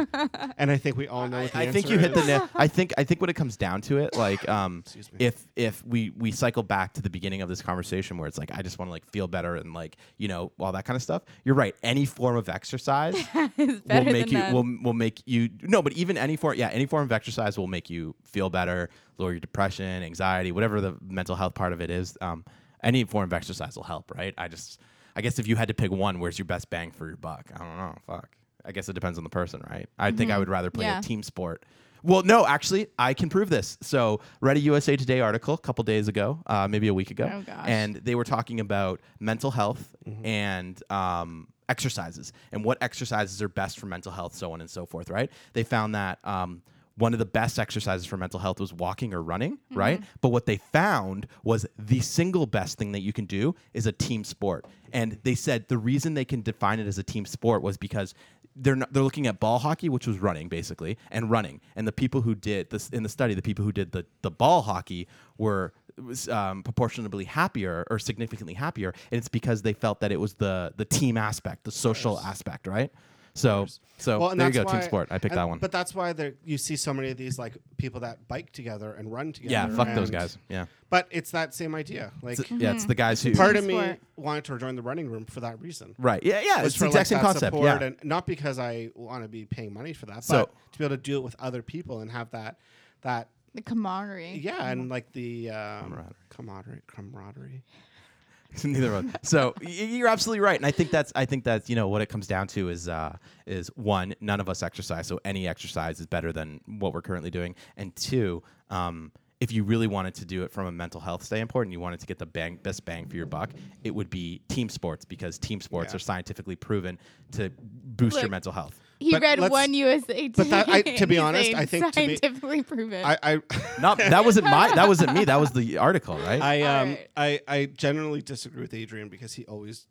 Speaker 11: and I think we all know. What the
Speaker 9: I think
Speaker 11: answer
Speaker 9: you hit the
Speaker 11: is.
Speaker 9: nail. I think I think when it comes down to it, like um, if if we we cycle back to the beginning of this conversation where it's like I just want to like feel better and like you know all that kind of stuff. You're right. Any form of exercise will
Speaker 10: better than
Speaker 9: make you
Speaker 10: none.
Speaker 9: will will make you no, but even any form yeah any form of exercise will make you feel better, lower your depression, anxiety, whatever the mental health part of it is. Um, any form of exercise will help, right? I just I guess if you had to pick one, where's your best bang for your buck? I don't know. Fuck. I guess it depends on the person, right? I think I would rather play
Speaker 10: Mm-hmm. Yeah.
Speaker 9: a team sport. Well, no, actually, I can prove this. So, read a USA Today article a couple days ago, uh, maybe a week ago,
Speaker 10: Oh, gosh.
Speaker 9: and they were talking about mental health and um, exercises and what exercises are best for mental health, so on and so forth. Right? They found that um, one of the best exercises for mental health was walking or running.
Speaker 10: Mm-hmm.
Speaker 9: Right? But what they found was the single best thing that you can do is a team sport. And they said the reason they can define it as a team sport was because they're not, they're looking at ball hockey, which was running basically, and running. And the people who did this in the study, the people who did the the ball hockey were was, um, proportionably happier or significantly happier, and it's because they felt that it was the the team aspect, the social aspect, right? So so
Speaker 11: Well, and
Speaker 9: there you go,
Speaker 11: that's
Speaker 9: team
Speaker 11: why-
Speaker 9: sport. I picked
Speaker 11: and-
Speaker 9: that one.
Speaker 11: But that's why there you see so many of these like people that bike together and run together.
Speaker 9: yeah, fuck those
Speaker 11: and-
Speaker 9: guys. Yeah,
Speaker 11: But it's that same idea. Like
Speaker 9: It's- yeah, it's the guys who
Speaker 11: part of
Speaker 10: Mm-hmm. Team
Speaker 11: me
Speaker 10: sport.
Speaker 11: wanted to join the running room for that reason.
Speaker 9: right. Yeah, yeah,
Speaker 11: Was
Speaker 9: it's
Speaker 11: for,
Speaker 9: the
Speaker 11: like,
Speaker 9: exact same
Speaker 11: that
Speaker 9: concept.
Speaker 11: support
Speaker 9: Yeah.
Speaker 11: and not because I want to be paying money for that,
Speaker 9: So-
Speaker 11: but to be able to do it with other people and have that that
Speaker 10: the camaraderie.
Speaker 11: yeah, and like the um, camaraderie, camaraderie.
Speaker 9: (laughs) Neither one. So y- you're absolutely right, and I think that's I think that's you know what it comes down to is uh, is one, none of us exercise, so any exercise is better than what we're currently doing, and two, um, if you really wanted to do it from a mental health standpoint and you wanted to get the bang best bang for your buck, it would be team sports because team sports
Speaker 11: Yeah.
Speaker 9: are scientifically proven to boost your
Speaker 10: Look,
Speaker 9: mental health.
Speaker 10: He
Speaker 11: But
Speaker 10: read
Speaker 11: let's-
Speaker 10: one USA.
Speaker 11: (laughs) but that- I- to be
Speaker 10: He's
Speaker 11: honest,
Speaker 10: saying
Speaker 11: I think to be-
Speaker 10: scientifically proven.
Speaker 11: I I
Speaker 9: Not that wasn't my that wasn't me that was the article right.
Speaker 11: I um
Speaker 10: Alright.
Speaker 11: I I generally disagree with Adrian because he always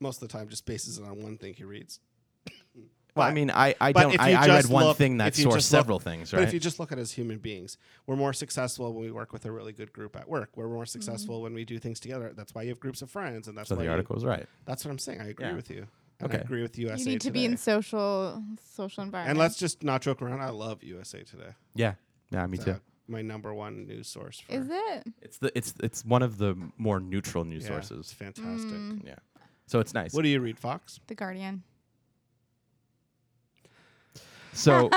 Speaker 11: most of the time just bases it on one thing he reads.
Speaker 9: well, I
Speaker 11: but-
Speaker 9: mean I I
Speaker 11: But
Speaker 9: don't
Speaker 11: if
Speaker 9: I,
Speaker 11: you
Speaker 9: I read
Speaker 11: just
Speaker 9: one
Speaker 11: look-
Speaker 9: thing that
Speaker 11: if you
Speaker 9: sourced
Speaker 11: just look-
Speaker 9: several things right.
Speaker 11: But if you just look at it as human beings, we're more successful when we work with a really good group at work. We're
Speaker 10: Mm-hmm.
Speaker 11: more successful when we do things together. That's why you have groups of friends, and that's
Speaker 9: so
Speaker 11: why
Speaker 9: the
Speaker 11: you-
Speaker 9: article was right.
Speaker 11: That's what I'm saying. I agree
Speaker 9: Yeah.
Speaker 11: with you. And I
Speaker 9: Okay.
Speaker 11: agree with USA.
Speaker 10: you need to be
Speaker 11: Today.
Speaker 10: in social social environment.
Speaker 11: And let's just not joke around. I love USA Today.
Speaker 9: Yeah. Yeah, me
Speaker 11: It's,
Speaker 9: too.
Speaker 11: uh, my number one news source. For,
Speaker 10: is it?
Speaker 9: It's the it's it's one of the more neutral news
Speaker 11: Yeah, It's
Speaker 9: sources.
Speaker 11: fantastic.
Speaker 10: Mm.
Speaker 9: Yeah. So it's nice.
Speaker 11: What do you read, Fox?
Speaker 10: The Guardian.
Speaker 9: so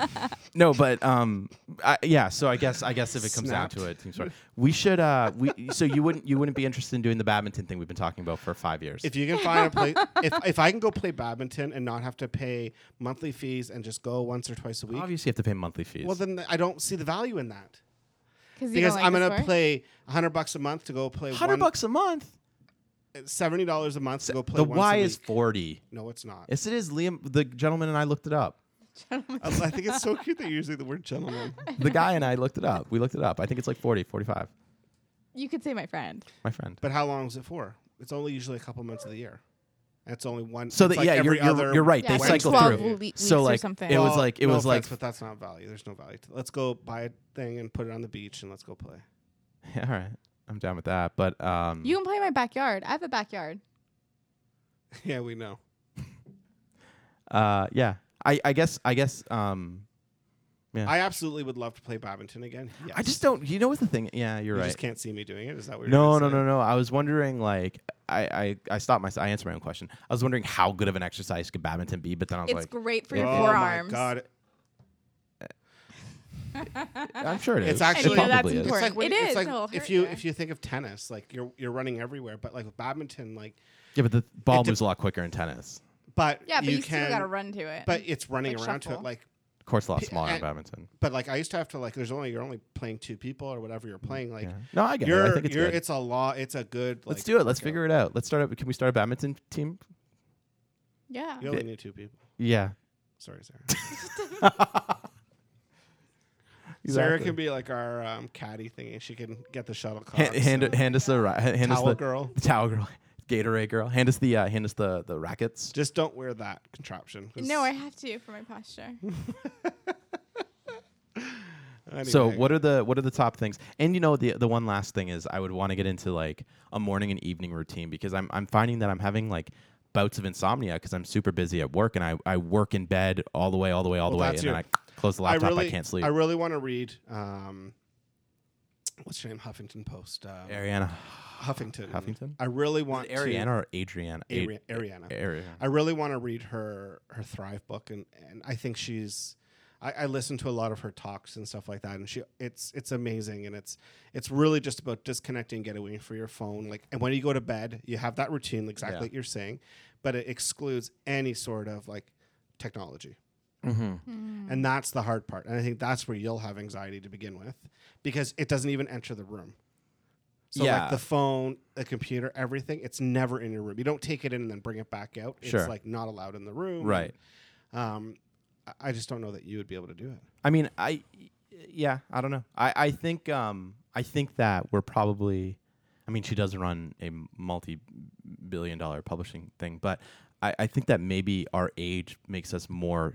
Speaker 9: (laughs) no, but um, I, yeah. So I guess I guess if it comes down to it, team sport, we should uh we so you wouldn't you wouldn't be interested in doing the badminton thing we've been talking about for five years.
Speaker 11: If you can find a place, if, if I can go play badminton and not have to pay monthly fees and just go once or twice a week,
Speaker 9: Obviously, you have to pay monthly fees.
Speaker 11: well, then I don't see the value in that.
Speaker 10: you
Speaker 11: Because
Speaker 10: don't like
Speaker 11: I'm
Speaker 10: the
Speaker 11: going to
Speaker 10: sport?
Speaker 11: play 100 bucks a month to go play
Speaker 9: hundred
Speaker 11: one,
Speaker 9: bucks a month.
Speaker 11: $70 a month to go play
Speaker 9: The
Speaker 11: once
Speaker 9: Y
Speaker 11: a
Speaker 9: is
Speaker 11: week.
Speaker 9: forty.
Speaker 11: No, it's not.
Speaker 9: Yes, it is. Liam, the gentleman and I looked it up.
Speaker 11: I I think it's so cute that you're using the
Speaker 10: (laughs)
Speaker 11: word gentleman.
Speaker 9: The guy and I looked it up. We looked it up. I think it's like 40, 45.
Speaker 10: You could say my friend.
Speaker 9: My friend.
Speaker 11: But how long is it for? It's only usually a couple months of the year. It's only one.
Speaker 9: So
Speaker 11: it's
Speaker 9: that
Speaker 11: like
Speaker 9: yeah, you're,
Speaker 11: every
Speaker 9: you're
Speaker 11: other
Speaker 9: you're right.
Speaker 10: Yeah,
Speaker 9: they
Speaker 10: it's like
Speaker 9: cycle
Speaker 10: 12
Speaker 9: through.
Speaker 10: weeks
Speaker 9: so
Speaker 10: or
Speaker 9: like
Speaker 10: something.
Speaker 9: it was
Speaker 11: Well,
Speaker 9: like it
Speaker 11: no
Speaker 9: was like (laughs)
Speaker 11: offense, but that's not value. There's no value. To, let's go buy a thing and put it on the beach and let's go play. (laughs)
Speaker 9: yeah, all right. I'm down with that. But um,
Speaker 10: You can play in my backyard. I have a backyard.
Speaker 11: yeah, we know.
Speaker 9: uh, yeah. I, I guess I guess um, Yeah.
Speaker 11: I absolutely would love to play badminton again. Yes.
Speaker 9: I just don't. You know what the thing? Yeah, you're
Speaker 11: You
Speaker 9: right.
Speaker 11: just can't see me doing it. Is that what?
Speaker 9: No, no,
Speaker 11: you're gonna
Speaker 9: no,
Speaker 11: say?
Speaker 9: no. I was wondering, like, I, I, I stopped my, I answered my own question. I was wondering how good of an exercise could badminton be, but then I was
Speaker 10: It's
Speaker 9: like,
Speaker 10: great for your
Speaker 11: Oh
Speaker 10: forearms.
Speaker 11: my god!
Speaker 9: I'm sure it is.
Speaker 11: It's actually
Speaker 10: you know that's
Speaker 9: probably is.
Speaker 11: It's
Speaker 10: important.
Speaker 11: like when,
Speaker 10: It
Speaker 11: it's
Speaker 10: is.
Speaker 11: Like
Speaker 10: No, it'll
Speaker 11: if
Speaker 10: hurt
Speaker 11: you
Speaker 10: ya.
Speaker 11: if you think of tennis, like you're you're running everywhere, but like with badminton, like
Speaker 9: Yeah, but the ball
Speaker 11: It de-
Speaker 9: moves a lot quicker in tennis.
Speaker 11: but
Speaker 10: Yeah, but you,
Speaker 11: can,
Speaker 10: still gotta run to it.
Speaker 11: But it's running
Speaker 10: Like
Speaker 11: around to
Speaker 10: shuffle.
Speaker 11: it like
Speaker 9: Court's a lot
Speaker 11: P-
Speaker 9: smaller in
Speaker 11: and-
Speaker 9: badminton.
Speaker 11: but like I used to have to like there's only you're only playing two people or whatever you're playing like
Speaker 9: Yeah. No, I get it.
Speaker 11: you're,
Speaker 9: I think it's
Speaker 11: you're
Speaker 9: good.
Speaker 11: it's a law it's a good like,
Speaker 9: Let's do it. Let's figure it out. Let's start. A, can we start a badminton team?
Speaker 10: yeah.
Speaker 11: you only need two people
Speaker 9: Yeah.
Speaker 11: sorry Sarah
Speaker 10: (laughs)
Speaker 11: Sarah
Speaker 9: Exactly.
Speaker 11: can be like our um, caddy thingy she can get the shuttlecock
Speaker 9: hand hand, hand us the ra- hand us
Speaker 11: Towel
Speaker 9: the (laughs)
Speaker 11: girl.
Speaker 9: the towel girl, Gatorade girl. Hand us the uh, hand us the the rackets.
Speaker 11: just don't wear that contraption 'cause-
Speaker 10: No, I have to for my posture.
Speaker 11: anyway.
Speaker 9: So what are the what are the top things? And you know the the one last thing is I would want to get into like a morning and evening routine because I'm I'm finding that I'm having like bouts of insomnia because I'm super busy at work and I, I work in bed all the way all the way all the
Speaker 11: Well,
Speaker 9: way and
Speaker 11: that's
Speaker 9: then
Speaker 11: your-
Speaker 9: I close the laptop I,
Speaker 11: really
Speaker 9: can't sleep.
Speaker 11: I really want to read um what's her name Huffington Post um,
Speaker 9: Ariana
Speaker 11: Huffington
Speaker 9: Huffington?
Speaker 11: I really want
Speaker 9: Ariana
Speaker 11: to
Speaker 9: or Adriana A-
Speaker 11: Ari- Ariana
Speaker 9: Ariana.
Speaker 11: I really want to read her her Thrive book, and and I think she's. I, I listen to a lot of her talks and stuff like that, and she it's it's amazing, and it's it's really just about disconnecting, get away from your phone, like, and when you go to bed, you have that routine, exactly
Speaker 9: Yeah.
Speaker 11: like you're saying, but it excludes any sort of like technology.
Speaker 9: Mm.
Speaker 11: And that's the hard part. And I think that's where you'll have anxiety to begin with because it doesn't even enter the room. So
Speaker 9: Yeah.
Speaker 11: like the phone, the computer, everything, it's never in your room. You don't take it in and then bring it back out.
Speaker 9: Sure.
Speaker 11: It's like not allowed in the room.
Speaker 9: Right.
Speaker 11: Um I- I just don't know that you would be able to do it.
Speaker 9: I mean, I yeah, I don't know. I I think um I think that we're probably I mean, she does run a multi-billion dollar publishing thing, but I, I think that maybe our age makes us more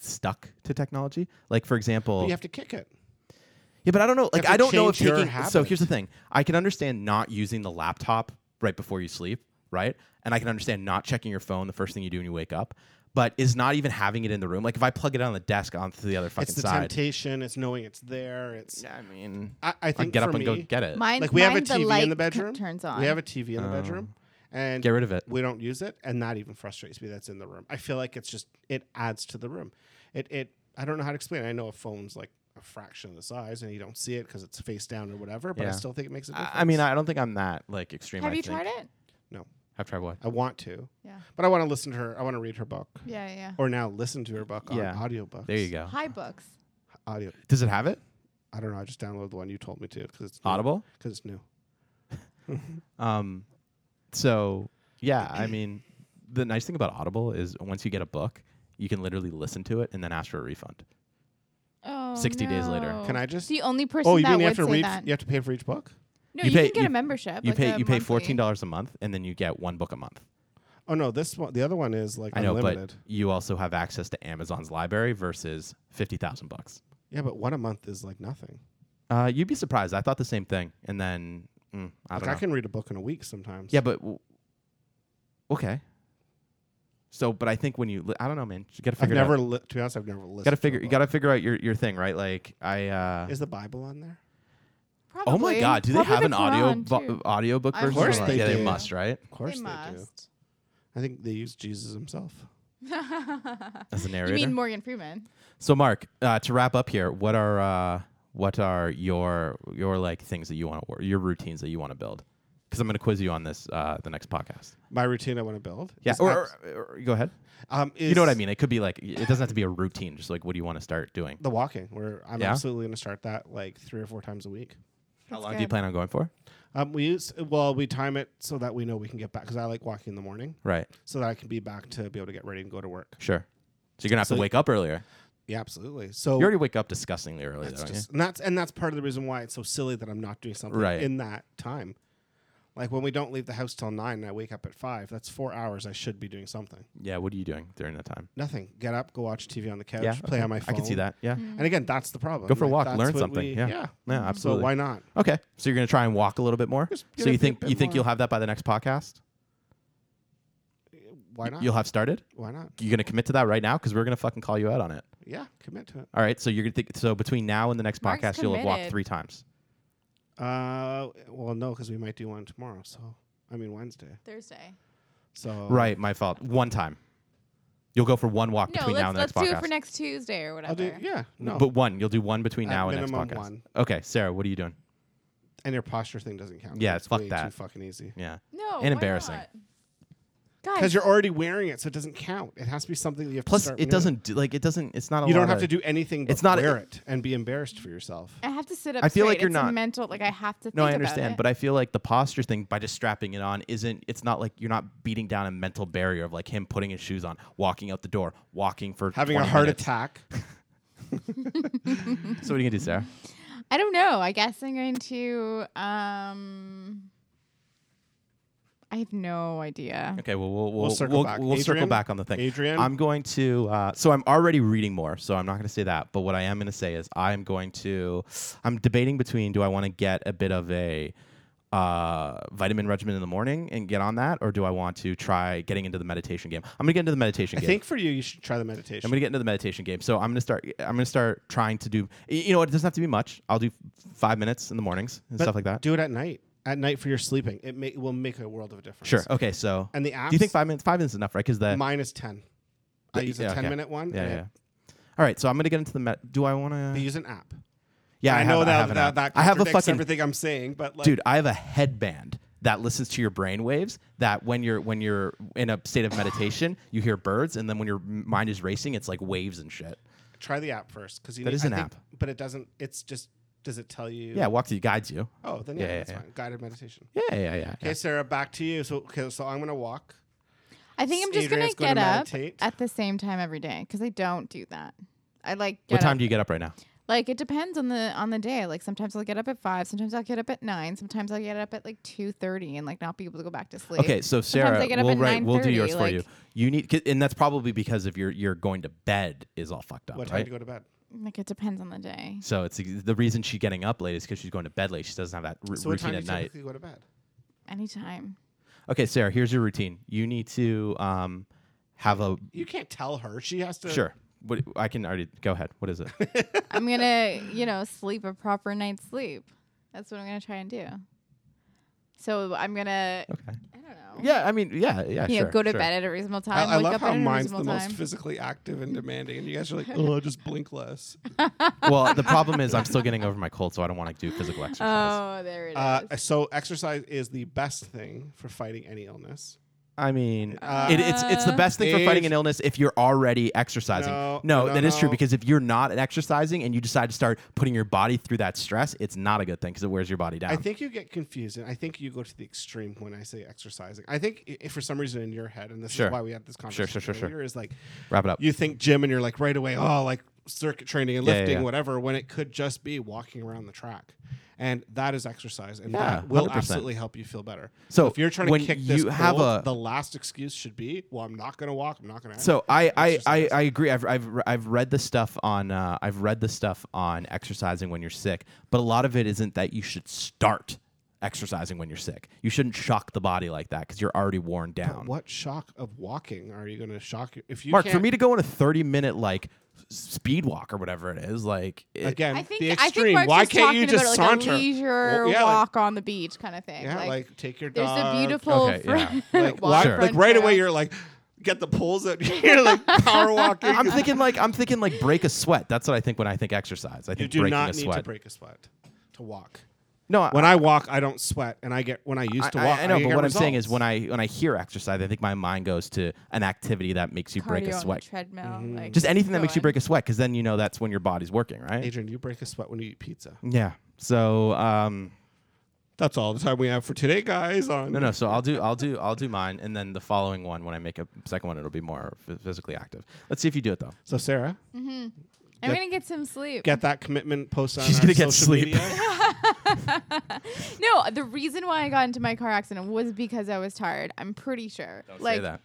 Speaker 9: stuck to technology. Like for example,
Speaker 11: But you have to kick it.
Speaker 9: yeah, but I don't know. Like
Speaker 11: have to
Speaker 9: I don't know if
Speaker 11: change your
Speaker 9: taking. So
Speaker 11: habits.
Speaker 9: here's the thing: I can understand not using the laptop right before you sleep, right? And I can understand not checking your phone the first thing you do when you wake up. But is not even having it in the room. Like if I plug it on the desk onto the other fucking
Speaker 11: It's the
Speaker 9: side.
Speaker 11: temptation, it's knowing it's there, it's
Speaker 9: I mean,
Speaker 11: I, I
Speaker 9: I
Speaker 11: think
Speaker 9: get
Speaker 11: for
Speaker 9: up and go
Speaker 11: me-
Speaker 9: get it.
Speaker 10: Mine,
Speaker 11: like we have a
Speaker 10: mine, the
Speaker 11: TV
Speaker 10: light
Speaker 11: in the
Speaker 10: cu-
Speaker 11: bedroom.
Speaker 10: turns on.
Speaker 11: We have a TV in the bedroom, and
Speaker 9: Um, Get rid of it.
Speaker 11: We don't use it, and that even frustrates me. That's in the room. I feel like it's just it adds to the room. It it I don't know how to explain. it. I know a phone's like a fraction of the size, and you don't see it because it's face down or whatever. But I
Speaker 9: Yeah.
Speaker 11: still think it makes a
Speaker 9: I,
Speaker 11: difference.
Speaker 9: I mean, I don't think I'm that like extreme.
Speaker 10: have
Speaker 9: I
Speaker 10: you
Speaker 9: think.
Speaker 10: tried it?
Speaker 11: no,
Speaker 9: I've tried what?
Speaker 11: I want to,
Speaker 10: Yeah.
Speaker 11: but I want to listen to her. I want to read her book,
Speaker 10: Yeah, yeah, yeah.
Speaker 11: or now listen to her book
Speaker 9: Yeah.
Speaker 11: on audiobooks.
Speaker 9: There you go.
Speaker 10: High books.
Speaker 11: Audio.
Speaker 9: Does it have it?
Speaker 11: I don't know. I just downloaded the one you told me to because it's
Speaker 9: Audible?
Speaker 11: Because it's new.
Speaker 9: Um, so yeah, (clears throat) I mean, the nice thing about Audible is once you get a book, you can literally listen to it and then ask for a refund.
Speaker 10: Oh,
Speaker 9: 60 days later.
Speaker 10: no.
Speaker 11: Can I just-
Speaker 10: The only person
Speaker 11: Oh, you
Speaker 10: that
Speaker 11: mean you
Speaker 10: would
Speaker 11: have to
Speaker 10: say
Speaker 11: read?
Speaker 10: that.
Speaker 11: You have to pay for each book?
Speaker 10: No, you,
Speaker 9: pay-
Speaker 10: can get a membership.
Speaker 9: You
Speaker 10: like
Speaker 9: pay
Speaker 10: a
Speaker 9: you pay
Speaker 10: monthly.
Speaker 9: fourteen dollars a month, and then you get one book a month.
Speaker 11: Oh no, this one. The other one is like
Speaker 9: I know,
Speaker 11: unlimited.
Speaker 9: but you also have access to Amazon's library versus fifty thousand bucks.
Speaker 11: Yeah, but one a month is like nothing.
Speaker 9: Uh, you'd be surprised. I thought the same thing, and then mm, I
Speaker 11: Like
Speaker 9: don't know.
Speaker 11: I can read a book in a week sometimes.
Speaker 9: Yeah, but w- okay. So, but I think when you, li- I don't know, man, you got to
Speaker 11: I've
Speaker 9: figure. it out.
Speaker 11: never. Li- to be honest, I've never listened.
Speaker 9: gotta
Speaker 11: a
Speaker 9: figure you
Speaker 11: book.
Speaker 9: gotta figure out your, your thing right like i uh
Speaker 11: Is the Bible on there?
Speaker 10: Probably.
Speaker 9: oh my god do they
Speaker 10: Probably
Speaker 9: have
Speaker 10: the
Speaker 9: an audio uh,
Speaker 10: Quran,
Speaker 9: bo-
Speaker 10: too.
Speaker 9: audio book
Speaker 10: I'm
Speaker 9: version
Speaker 10: sure Of
Speaker 11: course they
Speaker 9: yeah
Speaker 11: do.
Speaker 9: they must right
Speaker 11: Of course
Speaker 10: they
Speaker 11: they, do.
Speaker 10: must.
Speaker 11: I think they use Jesus himself.
Speaker 9: as a narrator
Speaker 10: You mean Morgan Freeman?
Speaker 9: so mark uh, to wrap up here what are uh what are your your like things that you want to work your routines that you want to build because i'm gonna quiz you on this uh the next podcast
Speaker 11: My routine I want to build.
Speaker 9: yeah
Speaker 11: is
Speaker 9: or,
Speaker 11: abs-
Speaker 9: or- or- go ahead
Speaker 11: um,
Speaker 9: you know what i
Speaker 11: is
Speaker 9: mean it could be like it doesn't have to be a routine just like what do you want to start doing
Speaker 11: The walking, where I'm
Speaker 9: Yeah?
Speaker 11: absolutely going to start that like three or four times a week.
Speaker 9: how
Speaker 10: That's
Speaker 9: long do you
Speaker 10: good.
Speaker 9: plan on going for
Speaker 11: Um, we use well, we time it so that we know we can get back because I like walking in the morning,
Speaker 9: right
Speaker 11: so that I can be back to be able to get ready and go to work.
Speaker 9: sure So Oh. you're gonna have
Speaker 11: So-
Speaker 9: to wake up earlier.
Speaker 11: Yeah, absolutely. So
Speaker 9: you already wake up disgustingly early,
Speaker 11: That's
Speaker 9: though,
Speaker 11: just and that's and that's part of the reason why it's so silly that I'm not doing something
Speaker 9: Right.
Speaker 11: in that time. Like when we don't leave the house till nine and I wake up at five, that's four hours I should be doing something.
Speaker 9: yeah. What are you doing during that time?
Speaker 11: Nothing. Get up, go watch TV on the couch,
Speaker 9: Yeah,
Speaker 11: play
Speaker 9: okay.
Speaker 11: on my phone.
Speaker 9: I can see that, yeah. Mm.
Speaker 11: And again, that's the problem.
Speaker 9: Go for a
Speaker 11: Like,
Speaker 9: walk,
Speaker 11: that's
Speaker 9: learn
Speaker 11: what
Speaker 9: something.
Speaker 11: we-
Speaker 9: yeah.
Speaker 11: yeah.
Speaker 9: yeah, absolutely.
Speaker 11: So why not?
Speaker 9: Okay, so you're gonna try and walk a little bit more.
Speaker 11: Just
Speaker 9: So
Speaker 11: get a
Speaker 9: you think
Speaker 11: bit
Speaker 9: you think
Speaker 11: more.
Speaker 9: you'll have that by the next podcast?
Speaker 11: Why not?
Speaker 9: You'll have started.
Speaker 11: Why not?
Speaker 9: You're gonna commit to that right now because we're gonna fucking call you out on it.
Speaker 11: Yeah, commit to it.
Speaker 9: All right, so you're gonna think so between now and the next
Speaker 10: Mark's
Speaker 9: podcast, you'll have walked
Speaker 10: committed.
Speaker 9: three times.
Speaker 11: Uh, well, no, because we might do one tomorrow. So I mean Wednesday.
Speaker 10: Thursday.
Speaker 11: So
Speaker 9: Right, my fault. One time. You'll go for one walk
Speaker 10: No,
Speaker 9: between now
Speaker 10: let's
Speaker 9: and the next
Speaker 10: let's
Speaker 9: podcast.
Speaker 10: do it for next Tuesday or
Speaker 11: I'll
Speaker 10: whatever.
Speaker 11: do. Yeah. No.
Speaker 9: But one, you'll do one between
Speaker 11: At
Speaker 9: now and next
Speaker 11: minimum
Speaker 9: podcast.
Speaker 11: one.
Speaker 9: Okay, Sarah, what are you doing?
Speaker 11: and your posture thing doesn't count.
Speaker 9: Yeah,
Speaker 11: it's
Speaker 9: fuck
Speaker 11: way Too
Speaker 9: that.
Speaker 11: fucking easy.
Speaker 9: Yeah.
Speaker 10: No.
Speaker 9: And
Speaker 10: why
Speaker 9: embarrassing.
Speaker 10: not? Guys,
Speaker 11: Because you're already wearing it, so it doesn't count. It has to be something that you have to
Speaker 9: Plus,
Speaker 11: start
Speaker 9: it
Speaker 11: wearing.
Speaker 9: doesn't do, like it doesn't. It's not. A
Speaker 11: You don't
Speaker 9: lot
Speaker 11: have
Speaker 9: of-
Speaker 11: to do anything but
Speaker 9: it's not a- (laughs)
Speaker 11: wear it and be embarrassed for yourself.
Speaker 10: I have to sit up.
Speaker 9: I feel like
Speaker 10: straight.
Speaker 9: you're
Speaker 10: it's A
Speaker 9: not-
Speaker 10: mental. Like I have to. Think
Speaker 9: No, I
Speaker 10: about
Speaker 9: understand,
Speaker 10: it.
Speaker 9: but I feel like the posture thing by just strapping it on isn't. It's not like you're not beating down a mental barrier of like him putting his shoes on, walking out the door, walking for
Speaker 11: Having a
Speaker 9: 20
Speaker 11: heart
Speaker 9: minutes.
Speaker 11: attack.
Speaker 9: (laughs) So what are you gonna do, Sarah?
Speaker 10: I don't know. I guess I'm going to. Um, I have no idea.
Speaker 9: Okay, well we'll we'll,
Speaker 11: circle
Speaker 9: we'll-
Speaker 11: back.
Speaker 9: we'll circle
Speaker 11: Adrian?
Speaker 9: back on the thing.
Speaker 11: Adrian?
Speaker 9: I'm going to. Uh, so I'm already reading more, so I'm not going to say that. But what I am going to say is I'm going to. I'm debating between do I want to get a bit of a uh, vitamin regimen in the morning and get on that, or do I want to try getting into the meditation game? I'm going to get into the meditation
Speaker 11: I
Speaker 9: game.
Speaker 11: think for you, you should try the meditation.
Speaker 9: I'm gonna get into the meditation game. So I'm gonna start. I'm gonna start trying to do. y- You know, what, it doesn't have to be much. I'll do f- five minutes in the mornings and
Speaker 11: But
Speaker 9: stuff like that.
Speaker 11: Do it at night. At night for your sleeping, it, may, it will make a world of a difference.
Speaker 9: Sure. Okay. So.
Speaker 11: And the
Speaker 9: Do you think
Speaker 11: apps?
Speaker 9: five minutes? Five minutes is enough, right? Because the
Speaker 11: Mine is ten. I use a
Speaker 9: yeah, okay.
Speaker 11: ten minute one.
Speaker 9: Yeah,
Speaker 11: and
Speaker 9: yeah.
Speaker 11: I-
Speaker 9: yeah. All right, so I'm gonna get into the. Med- Do I want
Speaker 11: I
Speaker 9: to?
Speaker 11: use an app.
Speaker 9: Yeah,
Speaker 11: I,
Speaker 9: have-
Speaker 11: know that
Speaker 9: have an
Speaker 11: that,
Speaker 9: app.
Speaker 11: that
Speaker 9: I have a
Speaker 11: contradicts
Speaker 9: fucking
Speaker 11: everything I'm saying, but like,
Speaker 9: dude. I have a headband that listens to your brain waves. That when you're when you're in a state of meditation, you hear birds, and then when your m- mind is racing, it's like waves and shit.
Speaker 11: try the app first because you
Speaker 9: That
Speaker 11: need,
Speaker 9: is
Speaker 11: I
Speaker 9: an
Speaker 11: think-
Speaker 9: app.
Speaker 11: but it doesn't. It's just does it tell you?
Speaker 9: Yeah, it walks you, guides you.
Speaker 11: Oh, then yeah,
Speaker 9: Yeah, yeah,
Speaker 11: that's
Speaker 9: yeah.
Speaker 11: fine. Guided meditation.
Speaker 9: Yeah, yeah, yeah.
Speaker 11: Okay,
Speaker 9: yeah.
Speaker 11: Sarah, back to you. So, okay, so I'm gonna walk.
Speaker 10: I think I'm just
Speaker 11: Adrian's
Speaker 10: gonna
Speaker 11: gonna
Speaker 10: get up
Speaker 11: meditate.
Speaker 10: at the same time every day because I don't do that. I like. Get
Speaker 9: What time
Speaker 10: up-
Speaker 9: do you get up right now?
Speaker 10: Like it depends on the on the day. Like sometimes I'll get up at five. Sometimes I'll get up at nine. Sometimes I'll get up at like two thirty and like not be able to go back to sleep.
Speaker 9: Okay, so
Speaker 10: Sometimes
Speaker 9: Sarah,
Speaker 10: I get up
Speaker 9: we'll
Speaker 10: at
Speaker 9: write, we'll do
Speaker 10: 9:30,
Speaker 9: yours for you.
Speaker 10: like-
Speaker 9: You need, 'cause- and that's probably because of your your going to bed is all fucked up,
Speaker 11: What time
Speaker 9: right?
Speaker 11: do you go to bed?
Speaker 10: Like it depends on the day.
Speaker 9: so it's the reason she's getting up late is because she's going to bed late. She doesn't have that r-
Speaker 11: So what
Speaker 9: routine
Speaker 11: time do
Speaker 9: at
Speaker 11: you
Speaker 9: night.
Speaker 11: typically go to bed?
Speaker 10: Anytime.
Speaker 9: Okay, Sarah, here's your routine. You need to um, have a
Speaker 11: You can't tell her. She has to.
Speaker 9: sure. What I can already go ahead. What is it?
Speaker 10: I'm gonna, you know, sleep a proper night's sleep. That's what I'm gonna try and do. So I'm gonna,
Speaker 9: Okay.
Speaker 10: I don't know,
Speaker 9: Yeah, I mean, yeah, yeah.
Speaker 10: you
Speaker 9: sure,
Speaker 10: know, go to
Speaker 9: sure.
Speaker 10: bed at a reasonable time,
Speaker 11: I, I
Speaker 10: wake
Speaker 11: love
Speaker 10: up
Speaker 11: how
Speaker 10: at a
Speaker 11: mine's the
Speaker 10: reasonable
Speaker 11: most
Speaker 10: time.
Speaker 11: physically active and demanding, and you guys
Speaker 10: (laughs)
Speaker 11: are like, "Oh, just blink less."
Speaker 9: Well, the problem is I'm still getting over my cold, so I don't want to do physical exercise.
Speaker 10: oh, there it is.
Speaker 11: Uh, so exercise is the best thing for fighting any illness.
Speaker 9: I mean,
Speaker 10: Uh,
Speaker 9: it, it's it's the best thing for fighting an
Speaker 11: Age-
Speaker 9: illness if you're already exercising.
Speaker 11: No,
Speaker 9: no,
Speaker 11: no,
Speaker 9: that is true
Speaker 11: no.
Speaker 9: because if you're not exercising and you decide to start putting your body through that stress, it's not a good thing because it wears your body down.
Speaker 11: I think you get confused, and I think you go to the extreme when I say exercising. I think i- if for some reason in your head, and this
Speaker 9: Sure.
Speaker 11: is why we had this
Speaker 9: sure,
Speaker 11: conversation
Speaker 9: sure, sure.
Speaker 11: earlier, is like
Speaker 9: Wrap it up.
Speaker 11: you think gym, and you're like right away, oh, like circuit training and
Speaker 9: Yeah, yeah,
Speaker 11: lifting,
Speaker 9: yeah.
Speaker 11: whatever. When it could just be walking around the track, and that is exercise, and
Speaker 9: Yeah,
Speaker 11: that will
Speaker 9: 100%.
Speaker 11: absolutely help you feel better.
Speaker 9: So
Speaker 11: if you're trying to
Speaker 9: when
Speaker 11: kick this
Speaker 9: you have
Speaker 11: goal,
Speaker 9: a-
Speaker 11: the last excuse should be, well, I'm not going to walk. I'm not going to.
Speaker 9: So I I, I, (laughs) I agree. I've, I've re- I've read the stuff on uh, I've read the stuff on exercising when you're sick, but a lot of it isn't that you should start exercising when you're sick. You shouldn't shock the body like that because you're already worn down.
Speaker 11: what shock of walking are you going to shock? you- If you
Speaker 9: Mark,
Speaker 11: can't,
Speaker 9: for me to go on a 30 minute like speed walk or whatever it is, like it-
Speaker 11: again,
Speaker 10: I think
Speaker 11: the
Speaker 10: I
Speaker 11: extreme.
Speaker 10: think Mark's
Speaker 11: Why
Speaker 10: just
Speaker 11: can't
Speaker 10: talking
Speaker 11: you just
Speaker 10: about like
Speaker 11: saunter?
Speaker 10: a leisure
Speaker 11: Well, yeah, like-
Speaker 10: walk on the beach kind of thing.
Speaker 11: Yeah, like,
Speaker 10: like,
Speaker 11: take your
Speaker 10: there's
Speaker 11: dog.
Speaker 10: a beautiful (laughs)
Speaker 9: Okay, yeah.
Speaker 10: front- (laughs)
Speaker 11: like,
Speaker 10: walk
Speaker 11: walk-
Speaker 9: Sure.
Speaker 11: like
Speaker 10: front
Speaker 11: right
Speaker 10: trail.
Speaker 11: away. You're like, get the poles out. (laughs) You're like power
Speaker 9: (laughs)
Speaker 11: walking.
Speaker 9: I'm thinking like I'm thinking like break a sweat. That's what I think when I think exercise. I think
Speaker 11: (laughs) you do
Speaker 9: breaking
Speaker 11: not
Speaker 9: a
Speaker 11: need
Speaker 9: sweat.
Speaker 11: to break a sweat to walk.
Speaker 9: No,
Speaker 11: When I walk, I don't sweat, and I get when I used to
Speaker 9: I-
Speaker 11: walk.
Speaker 9: I, know, but
Speaker 11: get
Speaker 9: what I'm saying is
Speaker 11: results.
Speaker 9: when I when I hear exercise, I think my mind goes to an activity that makes you break
Speaker 10: cardio on
Speaker 9: a
Speaker 10: the
Speaker 9: sweat.
Speaker 10: treadmill,
Speaker 11: Mm-hmm.
Speaker 10: like
Speaker 9: Just anything that makes you
Speaker 10: going.
Speaker 9: break a sweat, because then you know that's when your body's working, right?
Speaker 11: Adrian, you break a sweat when you eat pizza.
Speaker 9: Yeah. So um,
Speaker 11: That's all the time we have for today, guys. On
Speaker 9: No, no. So I'll do, I'll do, I'll do mine, and then the following one, when I make a second one, it'll be more ph- physically active. Let's see if you do it though.
Speaker 11: So Sarah,
Speaker 10: Mm-hmm.
Speaker 11: Get-
Speaker 10: I'm gonna get some sleep.
Speaker 11: get that commitment post on.
Speaker 9: She's
Speaker 11: our
Speaker 9: gonna get
Speaker 11: social
Speaker 9: sleep. (laughs)
Speaker 11: media.
Speaker 10: no, the reason why I got into my car accident was because I was tired. I'm pretty sure.
Speaker 9: Don't
Speaker 10: like,
Speaker 9: say that.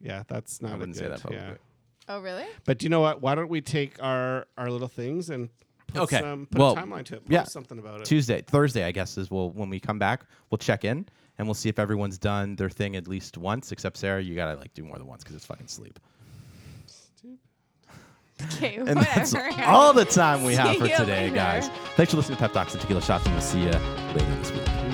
Speaker 11: yeah, that's not.
Speaker 9: I
Speaker 11: a
Speaker 9: wouldn't say
Speaker 11: good-
Speaker 9: that publicly.
Speaker 11: yeah.
Speaker 10: oh really?
Speaker 11: But do you know what? Why don't we take our our little things and put
Speaker 9: Okay.
Speaker 11: some put
Speaker 9: Well,
Speaker 11: a timeline to it? Post
Speaker 9: yeah.
Speaker 11: something about it.
Speaker 9: Tuesday, Thursday, I guess is we'll when we come back, we'll check in and we'll see if everyone's done their thing at least once. Except Sarah, you gotta like do more than once because it's fucking sleep.
Speaker 10: (laughs) Okay,
Speaker 9: And that's
Speaker 10: whatever.
Speaker 9: all the time we have
Speaker 10: (laughs) See
Speaker 9: for
Speaker 10: you
Speaker 9: today,
Speaker 10: later.
Speaker 9: guys. Thanks for listening to Pep Talks and Tequila Shots, and we'll see you later this week.